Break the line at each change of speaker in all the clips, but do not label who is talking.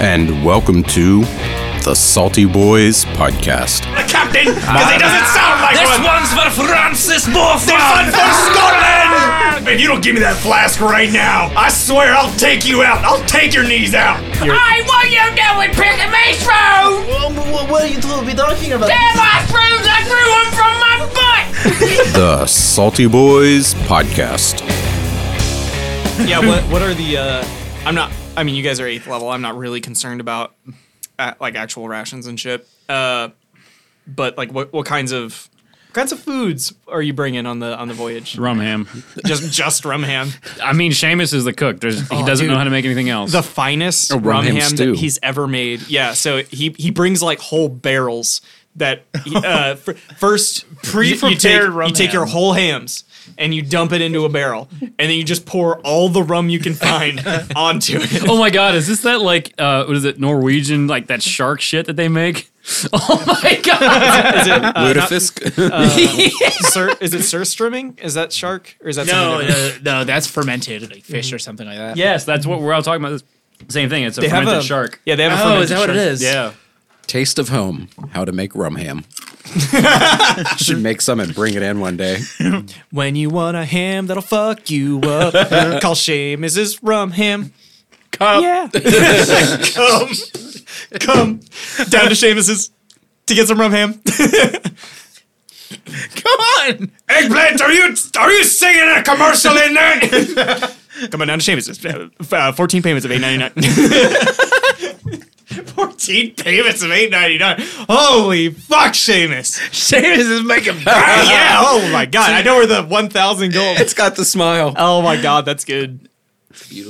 and welcome to the Salty Boys Podcast.
Captain, because it doesn't sound like
This
one.
one's for Francis Moffat.
This one for Scotland. Man, you don't give me that flask right now. I swear, I'll take you out. I'll take your knees out.
I what you doing picking me through?
Wha- wha- what are you t- talking about?
Damn my throes, I grew them from my butt!
The Salty Boys Podcast.
yeah what what are the uh i'm not i mean you guys are eighth level i'm not really concerned about uh, like actual rations and shit uh but like what what kinds of what kinds of foods are you bringing on the on the voyage
Rum ham.
just just rum ham
I mean, Seamus is the cook. There's, he doesn't
dude.
know how to make anything else.
the finest
rum
rum
ham
ham,
stew.
that he's ever made yeah so he he brings like whole barrels that uh fir- first pre-prepared you take,
rum
you take your
ham.
whole hams and you dump it into a barrel and then you just pour all the rum you can find onto it
oh my god, is this that like uh, what is it Norwegian like that shark shit that they make? Oh my god,
Is it, uh, not-
Ludafisk.
Sir, is it sir strimming? Is that shark or is that
No,
Something different?
no, Uh, no, that's fermented like fish or something like that.
yes, that's what we're all talking about. This same thing. It's a
They have
fermented
a-
shark.
Yeah, they have a
Oh,
fermented
is that what it
shark.
is?
Yeah,
Taste of Home. How to make rum ham. Should make some and bring it in one day.
When you want a ham that'll fuck you up, call Seamus is rum ham. Come, yeah, come, come down to Seamus's to get some rum ham.
Come on!
Eggplant, are you are you singing a commercial in there?
come on down to Seamus's. Uh, Fourteen payments of eight ninety nine. Fourteen payments of eight ninety nine. Holy fuck, Seamus!
Seamus is making
yeah. Oh my god, I know where the one thousand gold.
It's got the smile.
Oh my god, that's good.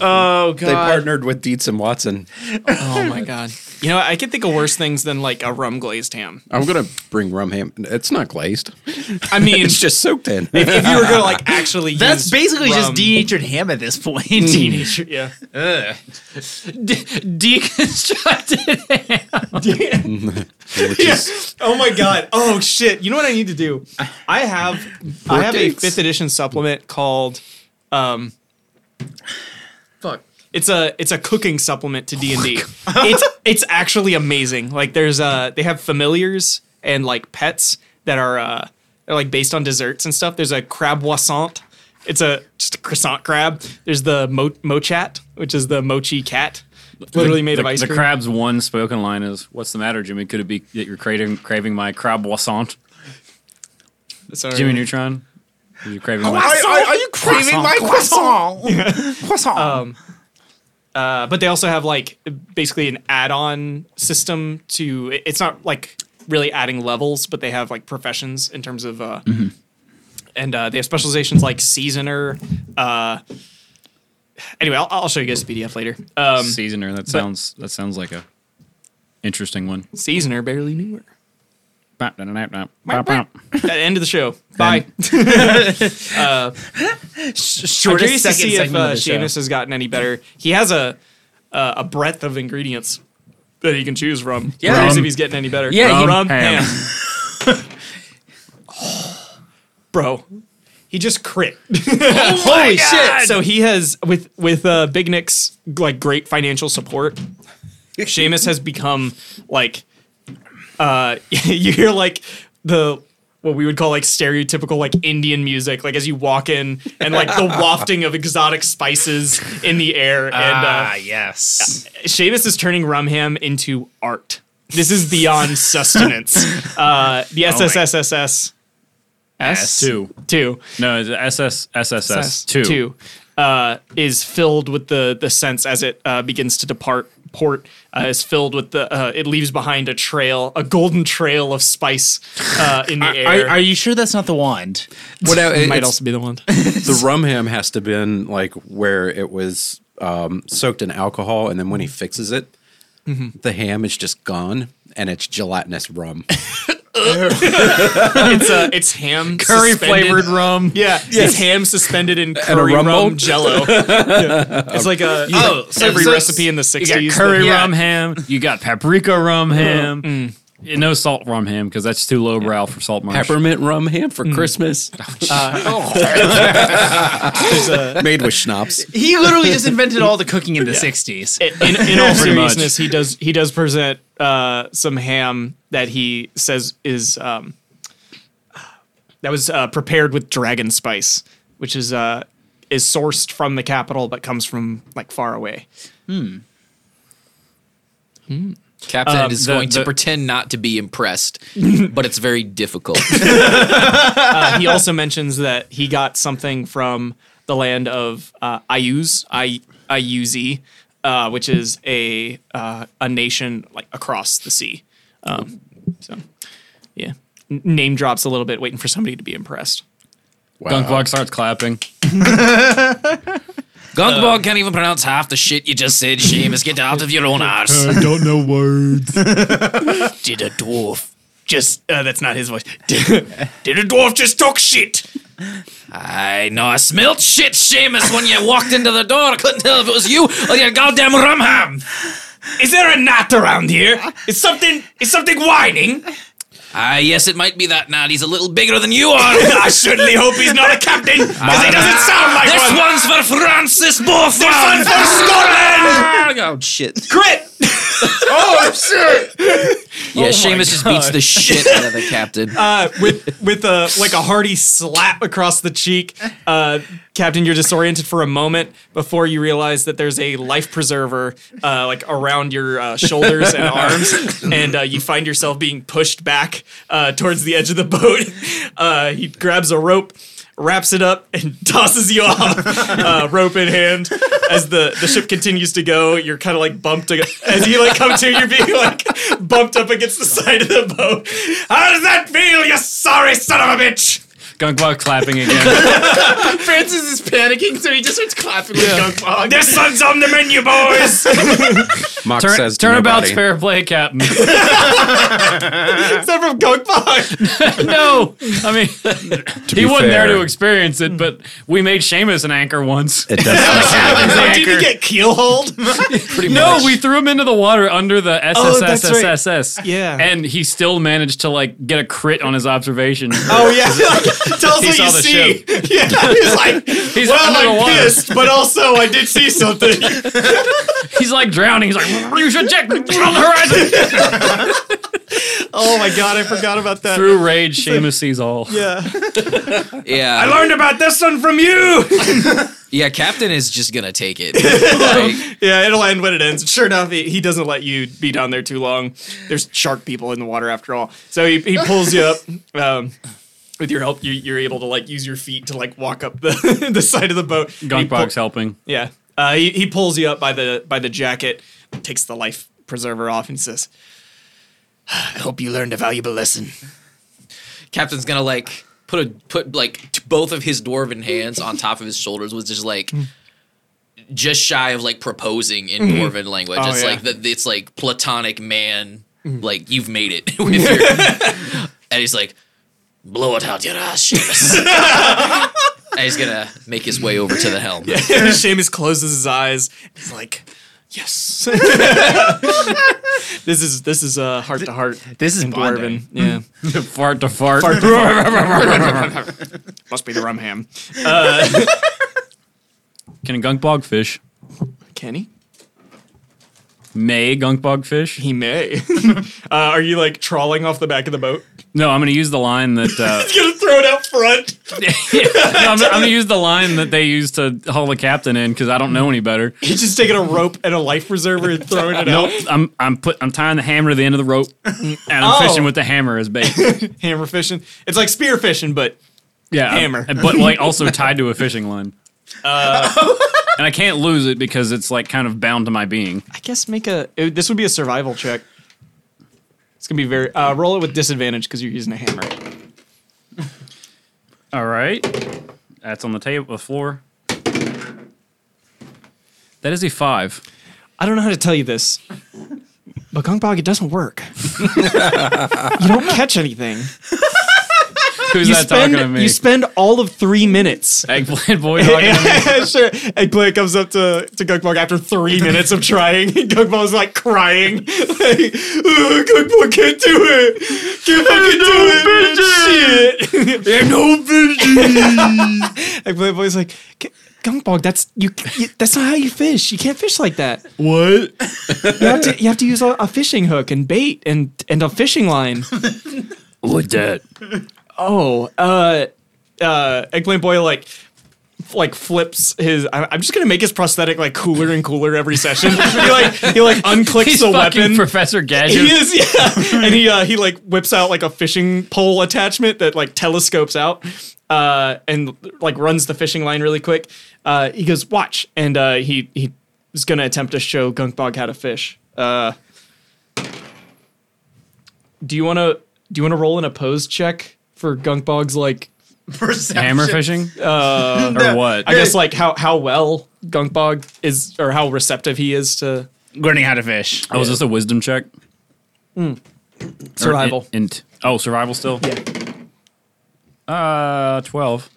Oh,
They
God.
partnered with Dietz and Watson.
Oh my god. You know, I can think of worse things than like a rum glazed ham.
I'm gonna bring rum ham. It's not glazed.
I mean,
It's just soaked in.
if you were gonna like actually,
That's
use
basically just
rum-
denatured ham at this point.
Teenager, yeah.
deconstructed.
Which is-
Oh my god. Oh shit. You know what I need to do? I have I have
dates.
a fifth edition supplement called um
Fuck.
It's a it's a cooking supplement to D and D. It's it's actually amazing. Like there's uh they have familiars and like pets that are uh they're like based on desserts and stuff. There's a crab croissant. It's a just a croissant crab. There's the mo- mochat, which is the mochi cat, literally made
the,
of ice
the
cream.
crab's one spoken line is, "What's the matter, Jimmy? Could it be that you're craving craving my crab croissant,
Sorry.
Jimmy Neutron? You're craving my
are, you craving my croissant? croissant.
Uh, but they also have like basically an add-on system to it- it's not like really adding levels but they have like professions in terms of uh
Mm-hmm.
and uh they have specializations like seasoner uh anyway i'll, I'll show you guys the pdf later um
seasoner." That sounds that sounds like a interesting one.
seasoner barely knew her
Bop, da, da, da, da, bop, bop.
That- end of the show bye Uh, i'm
Shortest
curious to
second
see if
segment
uh,
of the show.
Seamus has gotten any better he has a uh, a breadth of ingredients that he can choose from yeah curious
Rum.
if he's getting any better
Yeah, he-
rum,
ham.
ham. bro he just crit holy shit so he has with with uh big nick's like great financial support Seamus has become like uh you hear like the what we would call like stereotypical like Indian music, like as you walk in and like the wafting of exotic spices in the air. And uh,
ah, yes.
Seamus is turning Rumham into art. This is beyond sustenance. Uh, the
Oh,
SSSSS
S two.
two
No, it's SS SSS two.
two uh, is filled with the the sense as it uh, begins to depart port uh, is filled with the uh, it leaves behind a trail a golden trail of spice uh, in the air.
Are, are you sure that's not the wand?
Well, no, it-
might
it's-
also be the one.
the rum ham has to been like where it was um, soaked in alcohol, and then when he fixes it, the ham is just gone, and it's gelatinous rum.
it's uh, it's ham
Curry
suspended-
flavored rum.
Yeah, it's ham suspended in
a
curry rum
rum mold?
jello. Yeah. It's like a
Oh, so-
every
so-
recipe in the
You got
sixties.
curry
yeah.
rum ham. You got paprika rum ham. Mm-hmm. Mm. no salt rum ham because that's too lowbrow for salt marsh.
Peppermint rum ham for Christmas. Made with schnapps.
He literally just invented all the cooking in the 60s.
in, in all
Pretty much.
seriousness, he does he does present uh, some ham that he says is um, that was uh, prepared with dragon spice, which is uh, is sourced from the capital but comes from like far away.
Captain
Uh,
Um,
is
the-
going to
the-
pretend not to be impressed, but it's very difficult.
Uh, he also mentions that he got something from the land of uh, Ayuz, I Ayuzi, uh, which is a uh, a nation like across the sea. Um, so, yeah, N- name drops a little bit, waiting for somebody to be impressed.
Gunkbog starts clapping.
Uh,
Gunkbog can't even pronounce half the shit you just said, Seamus. Get out of your own arse. I don't know words. Did a dwarf.
Just uh, that's not his voice. Did did a dwarf just talk shit?
I know I smelled shit, Seamus, when you walked into the door. I couldn't tell if it was you or your goddamn rum ham.
Is there a gnat around here? Is something is something whining?
Ah, yes, it might be that gnat. He's a little bigger than you are.
I certainly hope he's not a captain because he doesn't sound like
this one's for Francis Boffin.
for Scotland.
oh, shit.
Crit. Oh,
Yeah, Seamus just beats the shit out of the captain.
uh, with with a like a hearty slap across the cheek. Uh, Captain, you're disoriented for a moment before you realize that there's a life preserver uh, like around your uh, shoulders and arms, and uh, you find yourself being pushed back uh, towards the edge of the boat. Uh, he grabs a rope. Wraps it up and tosses you off, uh, rope in hand. As the, the ship continues to go, you're kind of like bumped ag- as you like come to. You're being like bumped up against the side of the boat. How does that feel, you sorry son of a bitch?
Gunkbog clapping again.
Francis is panicking, so he just starts clapping with Gunkbog.
This one's on the menu, boys.
Mock
Turn,
says to
turnabout's
nobody.
fair play, Captain.
Is that from Gunkbog?
no, I mean he
be
wasn't there
fair.
to experience it, but we made Seamus an anchor once.
It does sound like that.
Did you get keelhauled?
No, we threw him into the water under the
Oh, that's right.
SSSSSS.
Yeah.
and he still managed to like get a crit on his observation.
Oh yeah, like, tell us
He
what
saw
you
the
see. Yeah, he's like,
He's
well,
under the
I'm
water.
pissed, but also I did see something.
He's like drowning. He's like, you should check on the horizon.
oh my god, I forgot about that.
Through rage, Seamus sees all.
Yeah,
Yeah,
learned about this one from you.
yeah, Captain is just gonna take it. Like,
yeah, it'll end when it ends. Sure enough, he, he doesn't let you be down there too long. There's shark people in the water after all. So he, he pulls you up. Um, with your help, you, you're able to like use your feet to like walk up the, the side of the boat. And he
Gunkbog's
pull-
helping.
Yeah, uh, he, he pulls you up by the by the jacket, takes the life preserver off, and says, "I hope you learned a valuable lesson."
Captain's gonna like put a put like t- both of his dwarven hands on top of his shoulders, which is like just shy of like proposing in dwarven language.
Oh,
it's
yeah. Mm-hmm.
like that. It's like platonic man. Like you've made it. with your- and he's like, blow it out your ass, Seamus. and he's gonna make his way over to the helm.
Seamus closes his eyes. He's like, "Yes." this is this is uh, heart to heart.
This is
Dwarven, yeah.
Fart to fart.
Must be the rum ham.
Can Gunkbog fish?
Can he?
May Gunkbog fish?
He may. uh, are you like trawling off the back of the boat?
No, I'm going to use the line that. Uh,
Gonna throw it out front.
no, I'm, going to use the line that they used to haul the captain in because I don't know any better.
He's just taking a rope and a life preserver and throwing it out.
I'm I'm put I'm tying the hammer to the end of the rope and I'm
Oh.
fishing with the hammer as bait.
Hammer fishing. It's like spear fishing, but
Yeah, I'm-
Hammer. Uh.
but like also tied to a fishing line. and I can't lose it because it's like kind of bound to my being.
I guess make a. it- this would be a survival check. It's gonna be very. Uh, roll it with disadvantage because you're using a hammer.
All right, that's on the table, the floor. That is a five.
I don't know how to tell you this, but Gunk Bog, it doesn't work. you don't catch anything.
Who's
you
not
spend
talking to me?
you spend all of three minutes.
Eggplant boy talking to me.
sure. Eggplant comes up to to Gunkbog after three minutes of trying. Gunkbog's like crying. Like, "Ugh, Gunkbog can't do it. Can't fucking do it. man. Shit. Eggplant boy's like, "G- Gunkbog, that's you, you. That's not how you fish. You can't fish like that.
What?
You have to you have to use a, a fishing hook and bait and and a fishing line.
What that?
Oh, uh, uh, Eggplant Boy like f- like flips his I- i'm just gonna make his prosthetic like cooler and cooler every session he like he like unclicks
He's
the
fucking
weapon
Professor Gadget.
he is yeah and he uh he like whips out like a fishing pole attachment that like telescopes out uh and like runs the fishing line really quick uh he goes watch and uh he he is gonna attempt to show gunkbog how to fish uh do you want to do you want to roll an opposed check for gunkbog's like
Hammer fishing? Uh, or what?
I guess like how how well Gunkbog is or how receptive he is to
Learning how to fish.
Oh, is this a wisdom check?
survival.
In, int. Oh, survival still? Yeah. Uh, 12.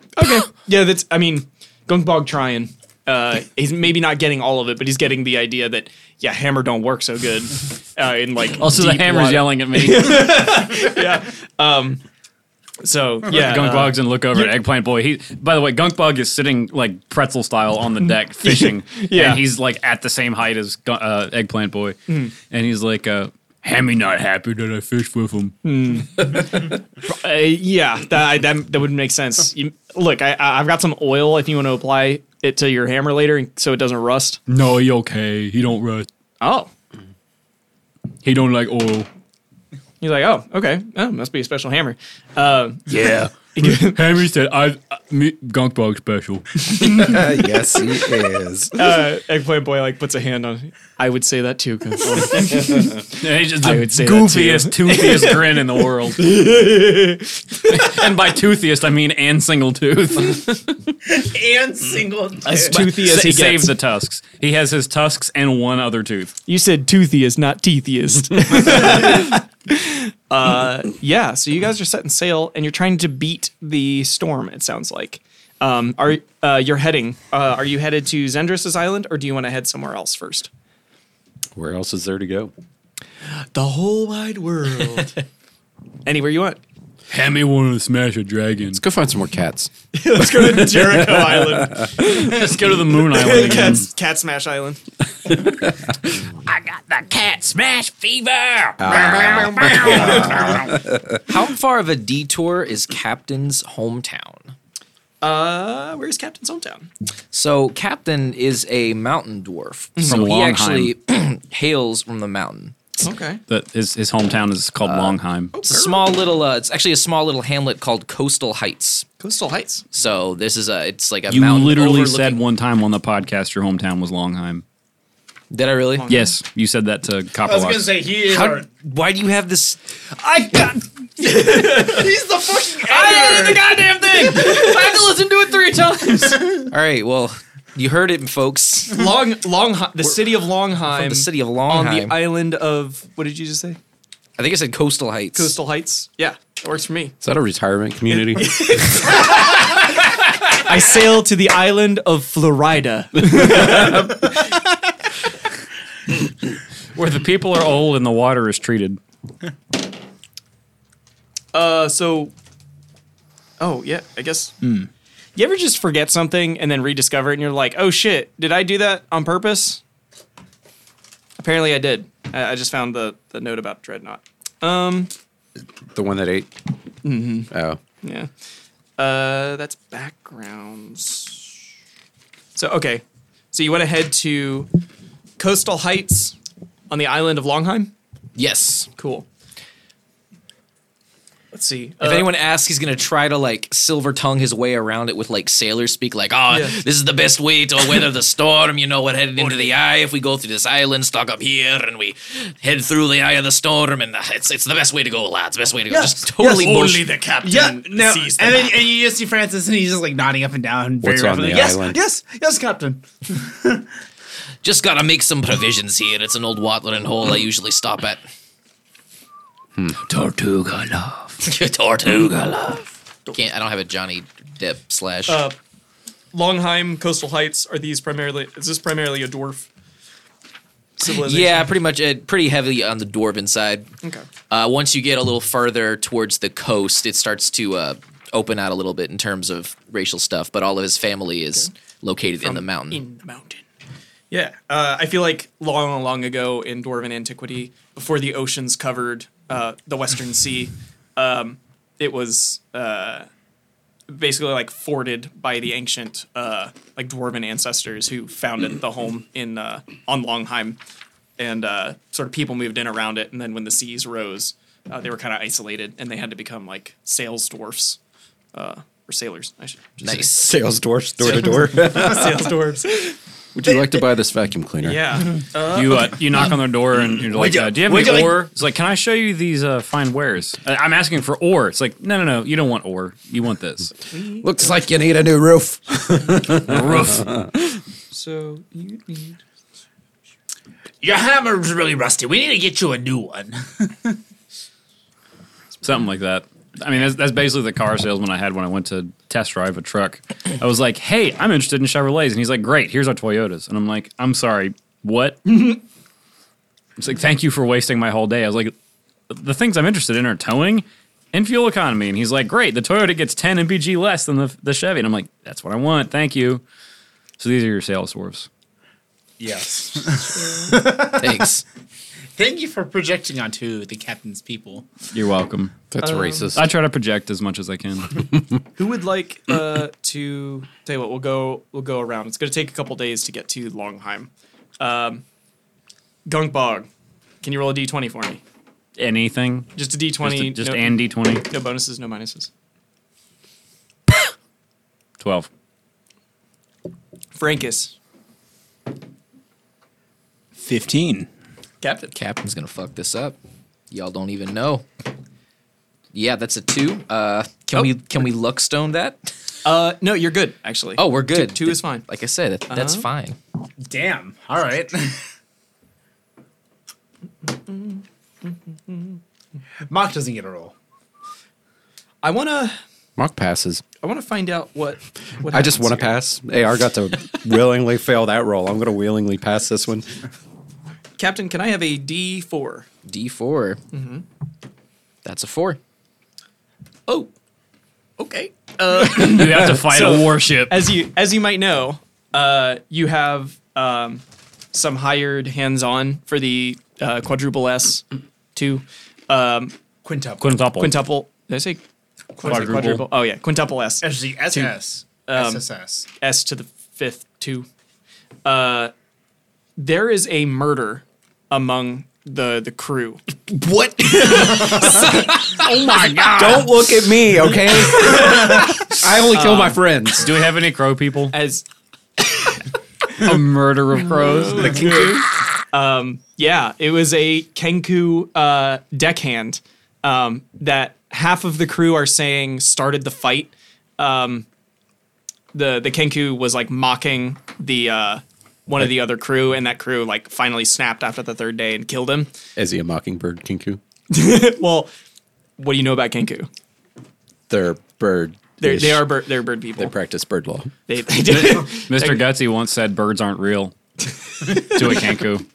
yeah, that's I mean Gunkbog trying. Uh, he's maybe not getting all of it, but he's getting the idea that yeah, hammer don't work so good. Uh, in like
Also,
deep
the hammer's
water.
yelling at me.
So yeah,
Gunk
uh,
Bugs and look over at Eggplant Boy. He, by the way, Gunk Bug is sitting like pretzel style on the deck fishing,
Yeah. Mm-hmm.
and he's like at the same height as Gu- uh, Eggplant Boy, and he's like, uh, "Hammy not happy that I fished with him."
Mm. uh, yeah, that, I- that that would make sense. You, look, I I- I've got some oil if you want to apply it to your hammer later, so it doesn't rust.
No, he okay. He don't rust.
Oh,
He don't like oil.
he's like, oh, okay, oh, must be a special hammer. Uh,
Yeah. Hammy said, "I uh, me, Gunk Bug special."
yes, he is.
uh, Eggplant Boy like puts a hand on. I would say that too. 'cause-
And he's just the
would say that
goofiest, toothiest grin in the world. and by toothiest, I mean and single tooth.
Mm.
and single.
as toothy as
Sa-
he
save
gets.
the tusks. He has his tusks and one other tooth.
you said toothiest, not teethiest. uh, yeah, so you guys are setting sail and you're trying to beat the storm. It sounds like. Um, are uh, you're heading? Uh, are you headed to Zendris's island, or do you want to head somewhere else first?
Where else is there to go?
The whole wide world. Anywhere you want.
Hammy wanted to smash a dragon.
Go find some more cats.
Let's go to Jericho Island,
Let's go to the moon island again.
Cat, Cat Smash Island.
I got the cat smash fever.
How far of a detour is Captain's hometown?
Uh, where's Captain's hometown?
So Captain is a mountain dwarf. so he
Longheim.
actually hails from the mountain.
Okay.
That his, his hometown is called Longheim.
It's a small little. Uh, it's actually a small little hamlet called Coastal Heights.
Coastal Heights.
So this is a. It's like a
You
mountain.
literally
overlooking-
said one time on the podcast your hometown was Longheim.
Did I really?
Yes, you said that to
I was gonna
Copperlock.
say he is.
How,
our-
why do you have this?
I got. He's the fucking. I edited the goddamn thing.
I have to listen to it three times. All right. Well, you heard it, folks.
Long, Long, the city of Longheim.
The city of
on
Longheim.
the island of what did you just say?
I think it said Coastal Heights.
Coastal Heights. Yeah, it works for me.
Is that a retirement community?
I sail to the island of Florida.
Where the people are old and the water is treated.
Uh, so, oh yeah, I guess.
Hmm.
You ever just forget something and then rediscover it, and you're like, "Oh shit, did I do that on purpose?" Apparently, I did. I, I just found the the note about Dreadnought.
the one that ate? Mm-hmm. Oh.
Yeah. Uh, that's backgrounds. So okay, so you went ahead to Coastal Heights on the island of Longheim.
yes.
Cool. Let's see.
If
Uh,
anyone asks, he's gonna try to like silver tongue his way around it with like sailor speak, like, oh,
Yeah.
this is the best way to weather the storm. You know what? Headed into the eye. If we go through this island, stock up here, and we head through the eye of the storm, and uh, it's it's the best way to go, lads. Best way to go. Just totally
Only
bullshit.
the captain
Yeah, no,
sees the
and then
map.
and you just see Francis, and he's just like nodding up and down very
What's on
rapidly.
the
yes,
island?
yes, yes, Captain.
Just gotta make some provisions here. It's an old watering hole I usually stop at. Tortuga love. Tortuga love. Can't. I don't have a Johnny Depp slash.
Uh, Longheim, Coastal Heights. Are these primarily? Is this primarily a dwarf civilization?
yeah, pretty much. Uh, pretty heavily on the dwarven side.
Okay.
Uh, once you get a little further towards the coast, it starts to uh, open out a little bit in terms of racial stuff. But all of his family is located in the mountain.
In the mountain. Yeah, uh, I feel like long, long ago in dwarven antiquity, before the oceans covered uh, the Western Sea, um, it was uh, basically like forded by the ancient uh, like dwarven ancestors who founded the home in uh, on Longheim, and uh, sort of people moved in around it. And then when the seas rose, uh, they were kind of isolated, and they had to become like sales dwarfs uh, or sailors. I should just say.
nice.
Sales dwarfs, door to door.
sales dwarfs.
Would you like to buy this vacuum cleaner?
Yeah.
You uh, you knock on their door and you're like, uh, "Do you have
wait
any
till I-
ore?" It's like, "Can I show you these uh, fine wares?" Uh, I'm asking for ore. It's like, "No, no, no. You don't want ore. You want this."
Looks like you need a new roof.
Roof.
So you need.
Your hammer's really rusty. We need to get you a new one.
something like that. I mean, that's, that's basically the car salesman I had when I went to test drive a truck. I was like, "Hey, I'm interested in Chevrolets," and he's like, "Great, here's our Toyotas." And I'm like, "I'm sorry, what?" it's like, "Thank you for wasting my whole day." I was like, "The things I'm interested in are towing and fuel economy," and he's like, "Great, the Toyota gets 10 mpg less than the the Chevy," and I'm like, "That's what I want, thank you." So these are your sales dwarfs.
Yes.
Thanks.
Thank you for projecting onto the captain's people.
You're welcome.
That's
Um,
racist.
I try to project as much as I can.
Who would like uh, to tell you what? We'll go. We'll go around. It's going to take a couple days to get to Longheim. Um, Gunk Bog, can you roll a d twenty for me?
Anything?
Just a d
Just,
twenty.
just
no,
and D20.
no bonuses, no minuses.
12.
Frankus,
15.
Captain.
Captain's gonna fuck this up. Y'all don't even know. Yeah, that's a two. Uh, can we can we luck stone that?
Uh, no, you're good actually.
Oh, we're good.
two is fine.
Like I said, that, that's
Uh-huh.
fine.
Damn. All right. Mock doesn't get a roll.
I wanna.
Mock passes.
I wanna find out what. what
I just want to
happens
pass. AR got to willingly fail that roll. I'm going to willingly pass this one.
here. Captain, can I have a d four?
D 4 That's a four.
Oh, okay.
You have to fight
So-
a warship.
as you as you might know, uh, you have um, some hired hands-on for the uh, quadruple S two um,
Quintuple.
Quintuple.
quintuple. Did I say quadruple?
Quadruple.
quadruple? Oh yeah, quintuple S
Actually, SS. SSS.
S to the fifth two. Uh, there is a murder among the the crew.
What?
Don't look at me, okay? I only kill my friends.
Do we have any crow people?
As
A murder of crows.
Um, Yeah, it was a Kenku uh, deckhand um, that half of the crew are saying started the fight. Um, the the Kenku was like mocking the uh, one of the other crew, and that crew like finally snapped after the third day and killed him.
Is he a mockingbird, Kinku?
Well, what do you know about Kenku?
They're bird.
They're, they are bird, they're bird people.
They practice bird law.
They, they did.
Mr. Gutsy once said birds aren't real to a Kenku.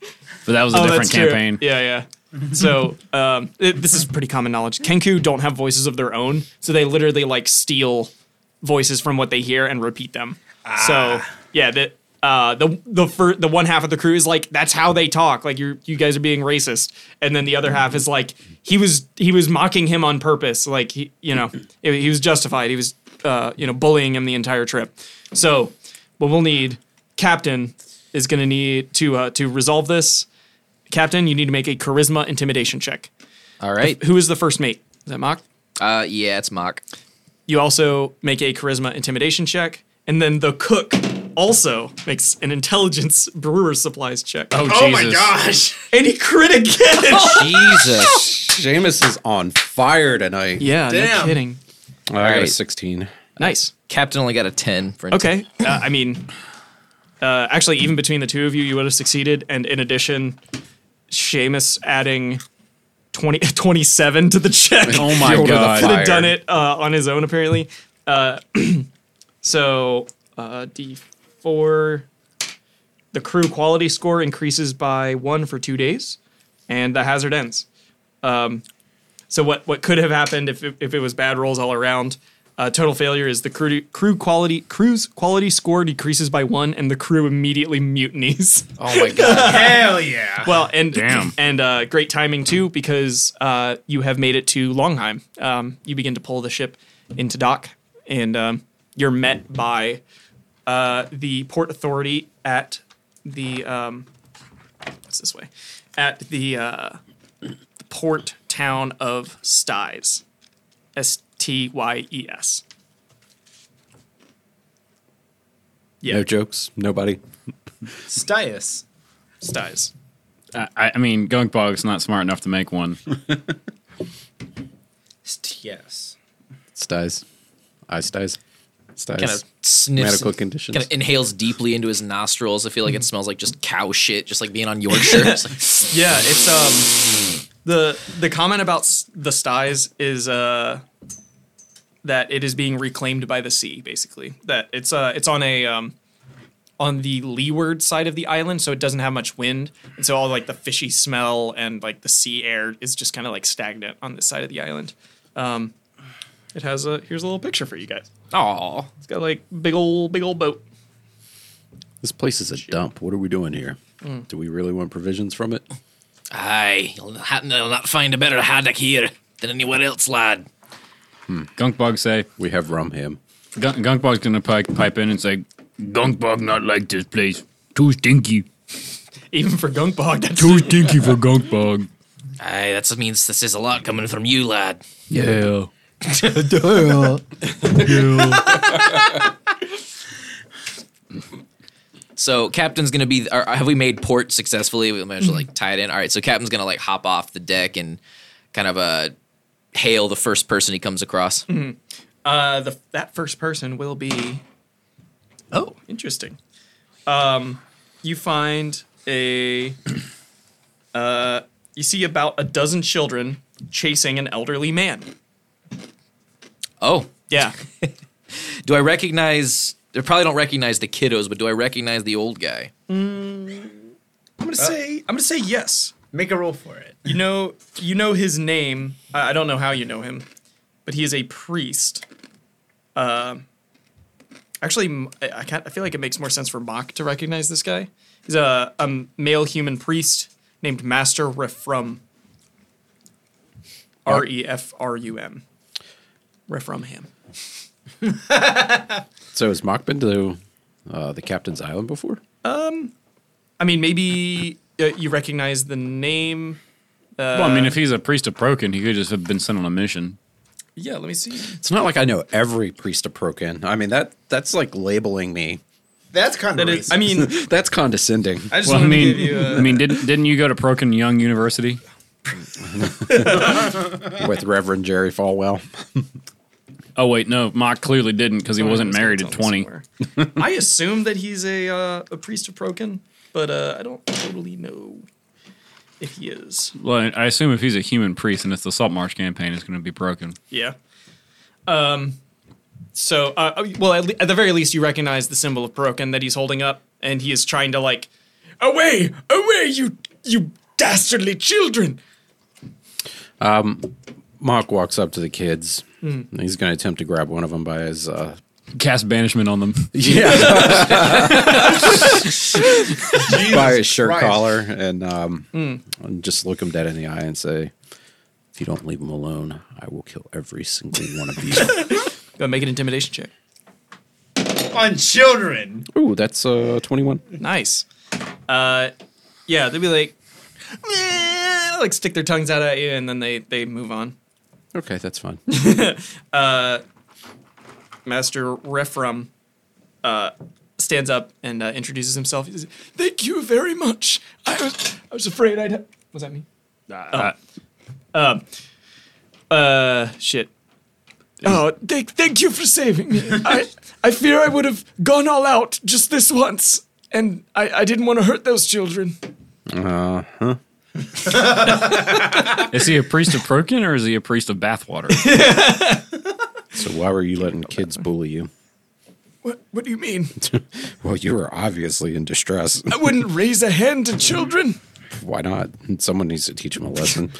But that was a
Oh,
different
that's true.
campaign.
Yeah, yeah. So um, it- this is pretty common knowledge. Kenku don't have voices of their own, so they literally like steal voices from what they hear and repeat them. So yeah, that uh, the the fir- the one half of the crew is like that's how they talk. Like you you guys are being racist, and then the other half is like he was he was mocking him on purpose. Like he you know he he was justified. He was uh, you know bullying him the entire trip. So what we'll need, Captain is going to need to uh, to resolve this. Captain, you need to make a charisma intimidation check.
All right.
Who is the first mate? Is that Mock?
Uh, yeah, it's mock.
You also make a charisma intimidation check, and then the cook also makes an intelligence brewer supplies check.
Oh, Jesus.
Oh my gosh.
And he crit again.
Jesus.
Seamus is on fire tonight.
yeah, no
Damn.
kidding.
I got a
right.
16.
Nice.
Captain only got a ten. For
Okay. Uh, I mean, uh, actually, even between the two of you, you would have succeeded. And in addition, Seamus adding 20, 27 to the check.
Oh my
Killed with a
god.
fire.
Could have done it uh, on his own, apparently. Uh, so uh, D4, the crew quality score increases by one for two days, and the hazard ends. Um, so what what could have happened if it, if it was bad rolls all around? Uh, total failure is the crew crew quality crew's quality score decreases by one, and the crew immediately mutinies.
Oh my god.
Hell yeah.
Well, and
Damn.
and uh, great timing too because uh, you have made it to Longheim. Um, you begin to pull the ship into dock, and um, you're met by uh, the port authority at the um, what's this way at the uh, port town of Styes, S T Y E S.
No jokes. Nobody.
Stias.
Styes.
I, I mean, Gunk Bog's not smart enough to make one.
Yes.
Styes. Eye styes. Styes.
Kind of sniffs.
Medical conditions.
Kind of inhales deeply into his nostrils. I feel like it smells like just cow shit, just like being on Yorkshire. It's like,
Yeah, it's um the the comment about s- the styes is uh that it is being reclaimed by the sea basically. That it's uh it's on a um on the leeward side of the island so it doesn't have much wind and so all like the fishy smell and like the sea air is just kind of like stagnant on this side of the island. Um it has a here's a little picture for you guys.
Aw.
It's got like big old big old boat.
this place is a dump. What are we doing here? Do we really want provisions from it?
Aye, you'll not, you'll not find a better haddock here than anywhere else, lad.
Gunk Bog say,
We have rum ham.
Gun- Gunk Bog's gonna pi- pipe in and say, Gunk Bog not like this place. Too stinky.
Even for Gunkbog that's
Too stinky for Gunk Bog.
Aye, that means this is a lot coming from you, lad.
Yeah.
So captain's gonna be. Or have we made port successfully? We managed to
Mm-hmm.
like tie it in. All right, so captain's gonna like hop off the deck and kind of uh hail the first person he comes across.
Mm-hmm.
Uh, the that first person will be. Oh, interesting. Um, you find a. Uh, you see about a dozen children chasing an elderly man.
Oh,
Yeah,
do I recognize? I probably don't recognize the kiddos, but do I recognize the old guy?
I'm gonna say I'm gonna say yes.
Make a roll for it.
You know, you know his name. I, I don't know how you know him, but he is a priest. Um, actually, m- I I can't, I feel like it makes more sense for Mach to recognize this guy. He's a, a male human priest named Master Refrum. R e f r u m. Refrumham.
So has Mock been to uh, the Captain's Island before?
I mean, maybe uh, you recognize the name.
well, I mean, if he's a priest of Prokin, he could just have been sent on a mission.
Yeah, let me see.
It's not like I know every priest of Prokin. I mean that that's like labeling me.
That's kind of
That is, I mean,
That's condescending.
I just
Well, I
wanted to
mean,
give you a,
I mean, didn't didn't you go to Prokin Young University?
with Reverend Jerry Falwell.
Oh wait, no, Mock clearly didn't because he wasn't
It's
married
gonna
at
tell me
twenty.
somewhere. I assume that he's a uh, a priest of Prokin, but uh, I don't totally know if he is.
Well, I assume if he's a human priest and it's the Salt Marsh campaign, it's going to be broken.
Yeah. Um. So, uh, well, at, le- at the very least, you recognize the symbol of Prokin that he's holding up, and he is trying to like, away, away, you you dastardly children.
Mock walks up to the kids. He's going to attempt to grab one of them by his. Uh,
Cast banishment on them.
yeah, by his shirt
Christ.
collar, and, um, and just look him dead in the eye and say, "If you don't leave him alone, I will kill every single one of you."
Go make an intimidation check.
on children.
Ooh, that's uh, twenty-one.
Nice. Uh, yeah, they'd be like, "Meh," like stick their tongues out at you, and then they they move on.
Okay, that's fine.
Master Refram uh, stands up and uh, introduces himself. He says, "Thank you very much. I was, I was afraid I'd." Ha- was that me? Oh. Um,
Uh,
Uh, shit. Oh, thank, thank you for saving me. I, I fear I would have gone all out just this once, and I, I didn't want to hurt those children.
Is he a priest of Prokin or is he a priest of bathwater?
So why were you letting kids bully you?
What, what do you mean?
Well, you were obviously in distress.
I wouldn't raise a hand to children.
Why not? Someone needs to teach him a lesson.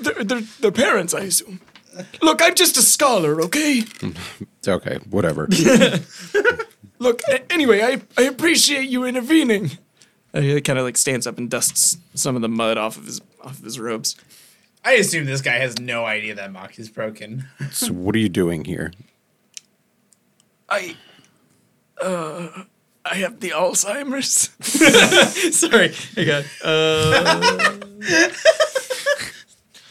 Their, their, their parents, I assume. Look, I'm just a scholar, okay?
Okay, whatever.
Look, a- anyway, I, I appreciate you intervening. And Uh, he kind of like stands up and dusts some of the mud off of his off of his robes.
I assume this guy has no idea that mock is broken.
So what are you doing here?
I, uh, I have the Alzheimer's. Sorry, hang on. Uh,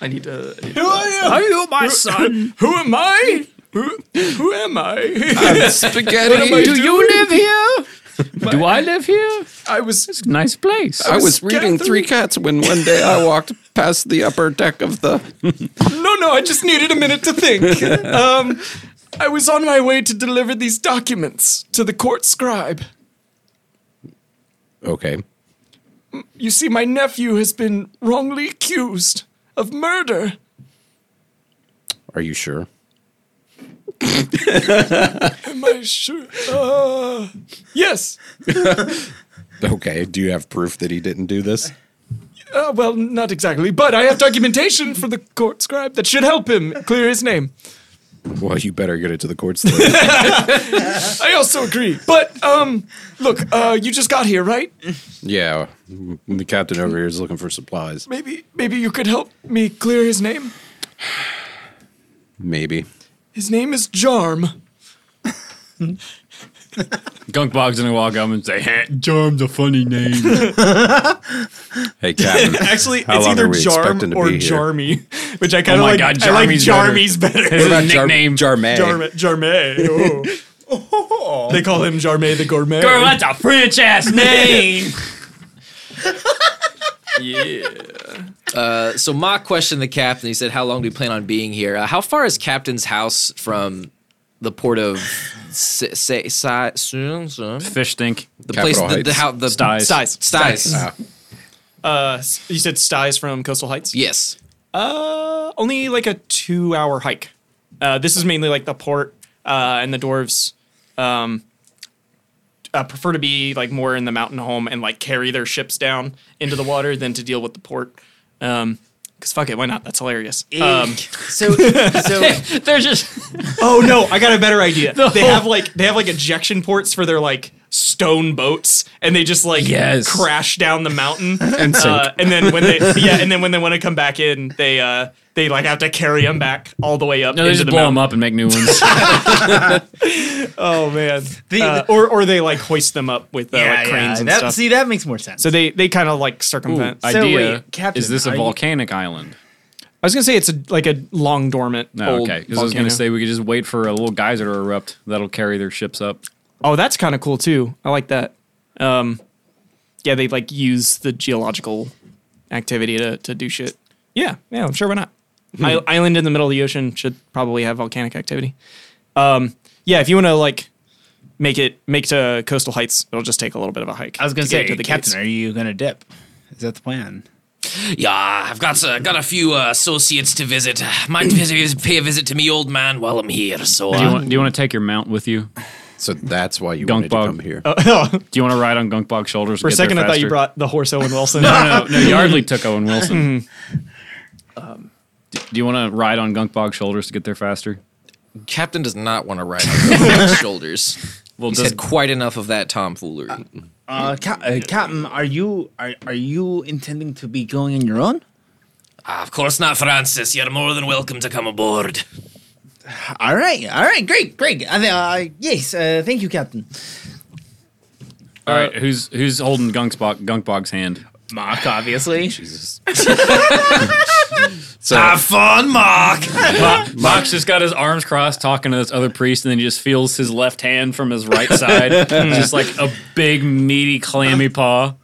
I need to. I need to-
Are you my son?
who am I? Who, who am I?
Spaghetti.
Do you live here? Do I live here?
I was
It's a nice place.
I was
Scatter-
reading Three Cats when one day I walked past the upper deck of the.
No, no, I just needed a minute to think. um, I was on my way to deliver these documents to the court scribe.
Okay.
You see, my nephew has been wrongly accused of murder.
Are you sure?
Am I sure? Uh, yes.
Okay. Do you have proof that he didn't do this?
Uh, well, not exactly, but I have documentation for the court scribe that should help him clear his name.
Well, you better get it to the courts. then.
I also agree. But, um, look, uh, you just got here, right?
yeah. The captain over here is looking for supplies.
Maybe, maybe you could help me clear his name.
Maybe.
His name is Jarm.
Gunk Bog's gonna walk up and say, hey, Jarm's a funny name.
Hey, captain.
Actually,
How
it's
long
either
are we expecting
Jarm
to
or
be here? Oh
Jarmy, which I kind of
my
like.
God,
I like
Jarmy's
Jarmy's
better.
better.
His
What about Jar-
nickname.
Jarmay.
Jarm- Jarmay. oh. They call him Jarmay the Gourmet.
Girl, that's a French ass name.
Uh, so Mock questioned the captain. He said, "How long do you plan on being here? Uh, how far is Captain's house from the port of S- Sa- Sa- Sun- Sun?
Fish stink.
the place
Capital
the, the,
Heights.
how the
Styes.
Styes. Styes. Ah.
Uh, s- you said Styes from Coastal Heights.
Yes.
Uh, only like a two-hour hike. Uh, this is mainly like the port uh, and the dwarves. Um, uh, prefer to be like more in the mountain home and like carry their ships down into the water than to deal with the port. Um, cause fuck it, why not? That's hilarious. Um,
So, so
They're just
Oh no, I got a better idea.
The
they
whole-
have like they have like ejection ports for their like stone boats and they just like
Yes.
crash down the mountain
And sink.
uh, and then when they yeah and then when they want to come back in they uh they like have to carry them back all the way up
no, they
into
just
the
blow them
mountain.
up and make new ones.
Oh man. Uh, or or they like hoist them up with uh, like cranes and
that,
stuff.
See, that makes more sense.
so they they kind of like circumvent. I,
Idea
wait, Captain,
is this a
are you-
volcanic island?
was going to say it's a, like a long dormant
No,
old
okay. Because I was going
volcano.
to say we could just wait for a little geyser to erupt. That'll carry their ships up.
Oh, that's kind of cool too. I like that. Um, yeah, they like use the geological activity to, to do shit. Yeah, yeah, I'm sure why not. I- island in the middle of the ocean should probably have volcanic activity. Um, yeah, if you want to like make it make to coastal heights, it'll just take a little bit of a hike.
I was gonna
get
say,
to the
Captain,
gates.
are you gonna dip? Is that the plan?
Yeah, I've got uh, got a few uh, associates to visit. Mind if you pay a visit to me, old man, while I'm here? So
Do you
uh,
want, do you want to take your mount with you?
So that's why you
Gunk
wanted to
bog.
come here.
Do you want to ride on Gunkbog's shoulders?
For a second, I thought you brought Mm-hmm. the horse Owen Wilson.
No, no, no. Yardley took Owen Wilson. do, do you want to ride on Gunkbog's shoulders to get there faster?
Captain does not want to ride on his shoulders.
Well,
He's
does,
had quite enough of that tomfoolery.
Uh, Ca- uh, Captain, are you are are you intending to be going on your own?
Ah, of course not, Francis. You're more than welcome to come aboard.
All right, all right, great, great. I think, uh, yes, uh, thank you, Captain.
Uh,
all right. Who's who's holding Gunkbog, Gunkbog's hand?
Mock, obviously.
Have fun, Mark.
Mox just got his arms crossed, talking to this other priest, and then he just feels his left hand from his right side, just like a big meaty clammy paw.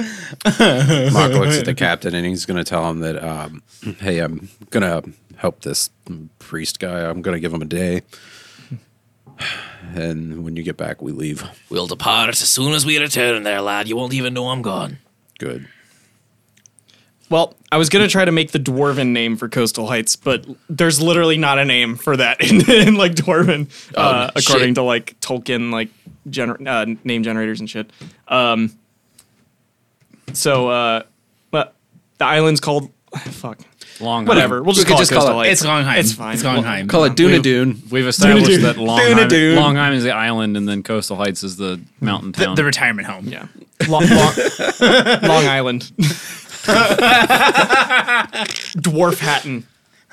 Mark looks at the captain and he's going to tell him that, um, hey, I'm going to help this priest guy. I'm going to give him a day. And when you get back, we leave.
We'll depart as soon as we return there, lad. You won't even know I'm gone.
Good.
Well, I was gonna try to make the dwarven name for Coastal Heights, but there's literally not a name for that in, in like dwarven, uh,
Um,
shit.
according to like Tolkien like gener- uh, name generators and shit. Um, so uh, but the island's called fuck
Long
whatever. We'll just
we could
call
just
it
call
Coastal
it-
Heights.
It's Longheim.
It's fine.
It's Longheim.
Call it Duna Dune.
We've established
Dune.
that
Dune.
Longheim, Longheim is the island, and then Coastal Heights is the mountain town.
the retirement home.
Yeah. Long, long, long Island. Dwarf Hatton.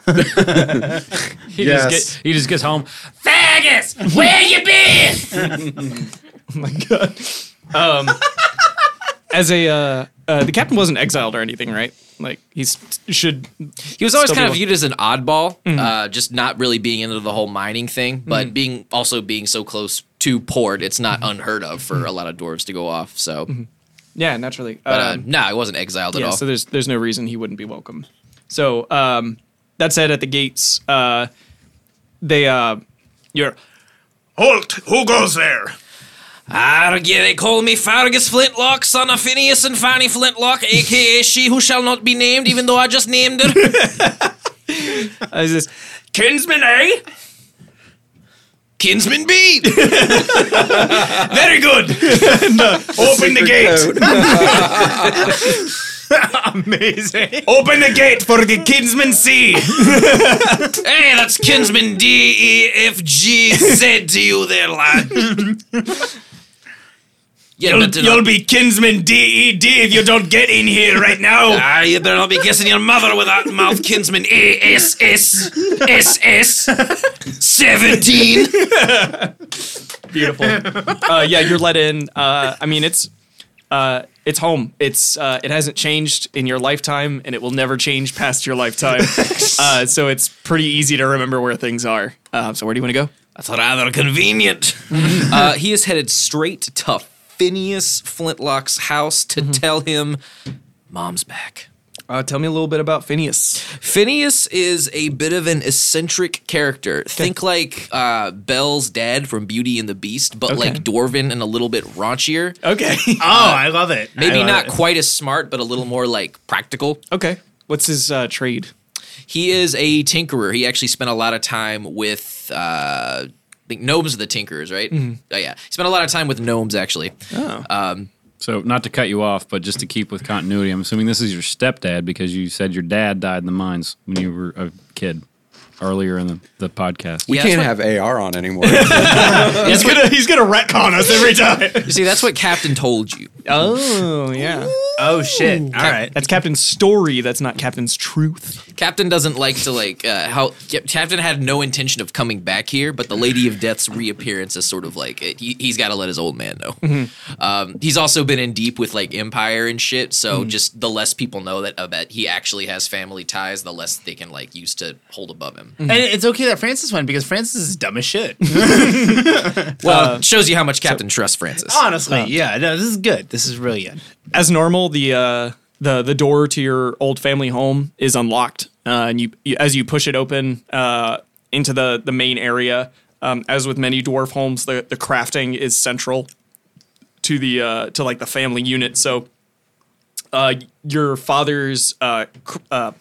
he, just
Yes.
get, he just gets home.
Faggots, where you been?
Oh my god. Um, as a uh, uh, the captain wasn't exiled or anything, right? Like he's should
He was always
Still
kind of
be- Mm-hmm.
viewed as an oddball, uh, just not really being into the whole mining thing, but being also being so close to port, it's not
Mm-hmm.
unheard of for a lot of dwarves to go off. So,
yeah naturally.
but uh,
Um,
nah, it wasn't exiled at
Mm-hmm. yeah,
all.
so there's there's no reason he wouldn't be welcome. So um, that said, at the gates, uh, they uh, you're
Holt, who goes there?
Ah, yeah, they call me Fargus Flintlock, son of Phineas and Fanny Flintlock, aka she who shall not be named, even though I just named her.
uh, is this
Kinsman A?
Kinsman B.
Very good. Open the gate. Amazing. Open the gate for the Kinsman C.
hey, that's Kinsman D E F G said to you there, lad. yeah,
You'll,
but, uh,
you'll be Kinsman D E D if you don't get in here right now.
Ah, you better not be kissing your mother with that mouth, Kinsman. A S S S S seventeen.
beautiful. uh, yeah, you're let in. Uh, I mean, it's uh, it's home. It's uh, it hasn't changed in your lifetime, and it will never change past your lifetime. uh, so it's pretty easy to remember where things are. Uh, so where do you want to go?
That's rather convenient. uh, he is headed straight to Phineas Flintlock's house to tell him mom's back.
Uh, tell me a little bit about Phineas.
Phineas is a bit of an eccentric character. Think like uh, Belle's dad from Beauty and the Beast, but like dwarven and a little bit raunchier.
Okay.
Oh, I love it.
Maybe
I love
not
it.
quite as smart, but a little more like practical.
okay. What's his uh, trade?
He is a tinkerer. He actually spent a lot of time with, uh, I think gnomes are the tinkerers, right?
Mm-hmm.
Oh yeah, he spent a lot of time with gnomes actually.
Oh.
So, not to cut you off, but just to keep with continuity, I'm assuming this is your stepdad because you said your dad died in the mines when you were a kid earlier in the, the podcast.
We
Can't have AR on anymore.
He's gonna he's gonna retcon us every time.
You see, that's what Captain told you.
oh yeah.
Oh shit! All right.
That's Captain's story. That's not Captain's truth.
Captain doesn't like to like uh, how Cap- Captain had no intention of coming back here, but the Lady of Death's reappearance is sort of like it, he, he's got to let his old man know. Um, he's also been in deep with like Empire and shit, so just the less people know that about he actually has family ties, the less they can like use to hold above him.
And it's okay that Francis went because Francis is dumb as shit.
Well, it shows you how much Captain trusts Francis.
Honestly, Uh, yeah. No, this is good. This is really good.
As normal, the uh, the the door to your old family home is unlocked, uh, and you, you as you push it open uh, into the the main area. Um, as with many dwarf homes, the the crafting is central to the uh, to like the family unit. So, uh, your father's uh, cr- uh,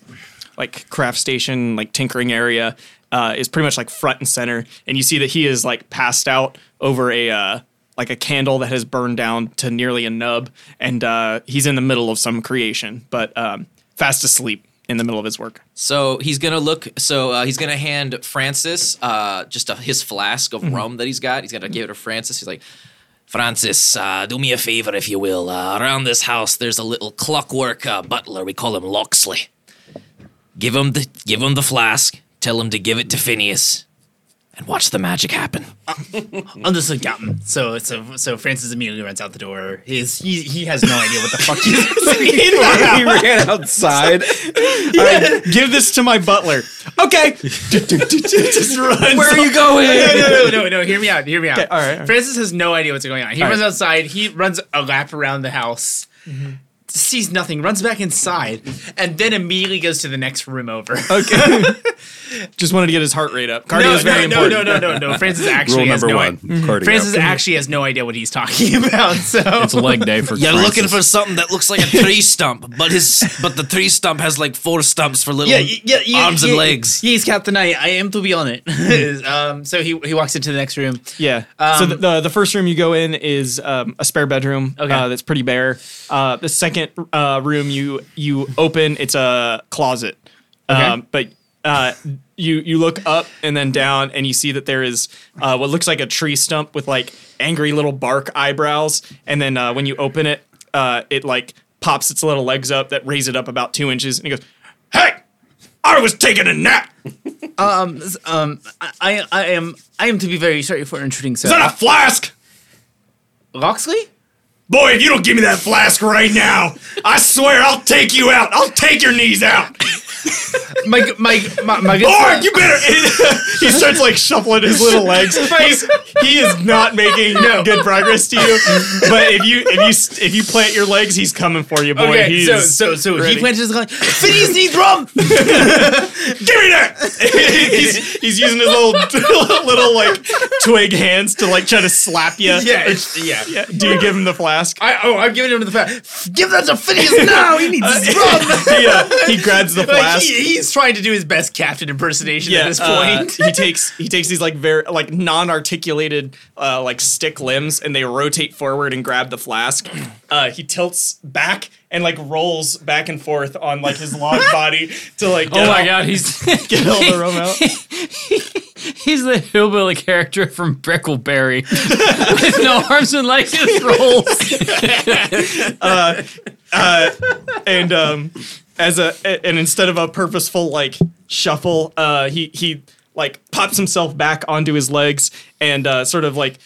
like craft station, like tinkering area, uh, is pretty much like front and center. And you see that he is like passed out over a uh, like a candle that has burned down to nearly a nub, and uh, he's in the middle of some creation, but um, fast asleep in the middle of his work.
So he's gonna look. So uh, he's gonna hand Francis uh, just a, his flask of
Mm-hmm.
rum that he's got. He's gonna give it to Francis. He's like, Francis, uh, do me a favor if you will. Uh, around this house, there's a little clockwork uh, butler. We call him Loxley. Give him the give him the flask. Tell him to give it to Phineas, and watch the magic happen.
I'll just look at him. So so so Francis immediately runs out the door. He's he, he has no idea what the fuck he's in
he ran outside.
Give this to my butler. Okay. Just runs.
Where are you going?
no, no, no, no, no. Hear me out. Hear me out.
all right, all right.
Francis has no idea what's going on. He
All
runs
right.
outside. He runs a lap around the house. sees nothing, runs back inside, and then immediately goes to the next room over.
Just wanted to get his heart rate up. Cardio
no,
is very
no,
important.
no, no, no, no, no. Francis
Rule
actually has
number
no
one:
idea.
cardio.
Francis actually has no idea what he's talking about. So
It's leg day for
You're
Francis.
looking for something that looks like a tree stump, but his but the tree stump has like four stumps for little
yeah, y- yeah, yeah,
arms
yeah,
and legs.
Yes, Captain. I, I am to be on it. um, so he he walks into the next room.
Yeah. so the, the the first room you go in is um, a spare bedroom.
Okay.
Uh, that's pretty bare. Uh, the second uh, room you you open, it's a closet. Um, but uh, you you look up and then down, and you see that there is uh, what looks like a tree stump with like angry little bark eyebrows. And then uh, when you open it, uh, it like pops its little legs up that raise it up about two inches, and it goes.
Hey, I was taking a nap.
Um, I, I I am I am to be very sorry for intruding, sir.
Is that a flask?
Loxley?
Boy, if you don't give me that flask right now, I swear I'll take you out. I'll take your knees out.
My g- my g- my my good
Boy,
sir.
you better.
he starts like shuffling his little legs. He's, he is not making good progress to you. But if you if you s- if you plant your legs, he's coming for you, boy.
Okay,
he's
so so so
ready.
he went to the Phineas needs rum.
give me that. he's, he's using his little little like twig hands to like try to slap you.
Yeah, it's- yeah.
Yeah. Do you give him the flask?
I, oh, I'm giving him the fat. Give that to Phineas now. He needs his rum.
he, uh, he grabs the
Like,
flask.
he, he's trying to do his best captain impersonation at this
uh,
point.
he takes he takes these like very like non-articulated uh, like stick limbs and they rotate forward and grab the flask. Uh, he tilts back and like rolls back and forth on like his long body to like uh, get
Oh my
all-
god, he's
get all the rum out.
he's the hillbilly character from Brickleberry with no arms and legs, just rolls.
and um, as a and instead of a purposeful like shuffle, uh, he he like pops himself back onto his legs and uh, sort of like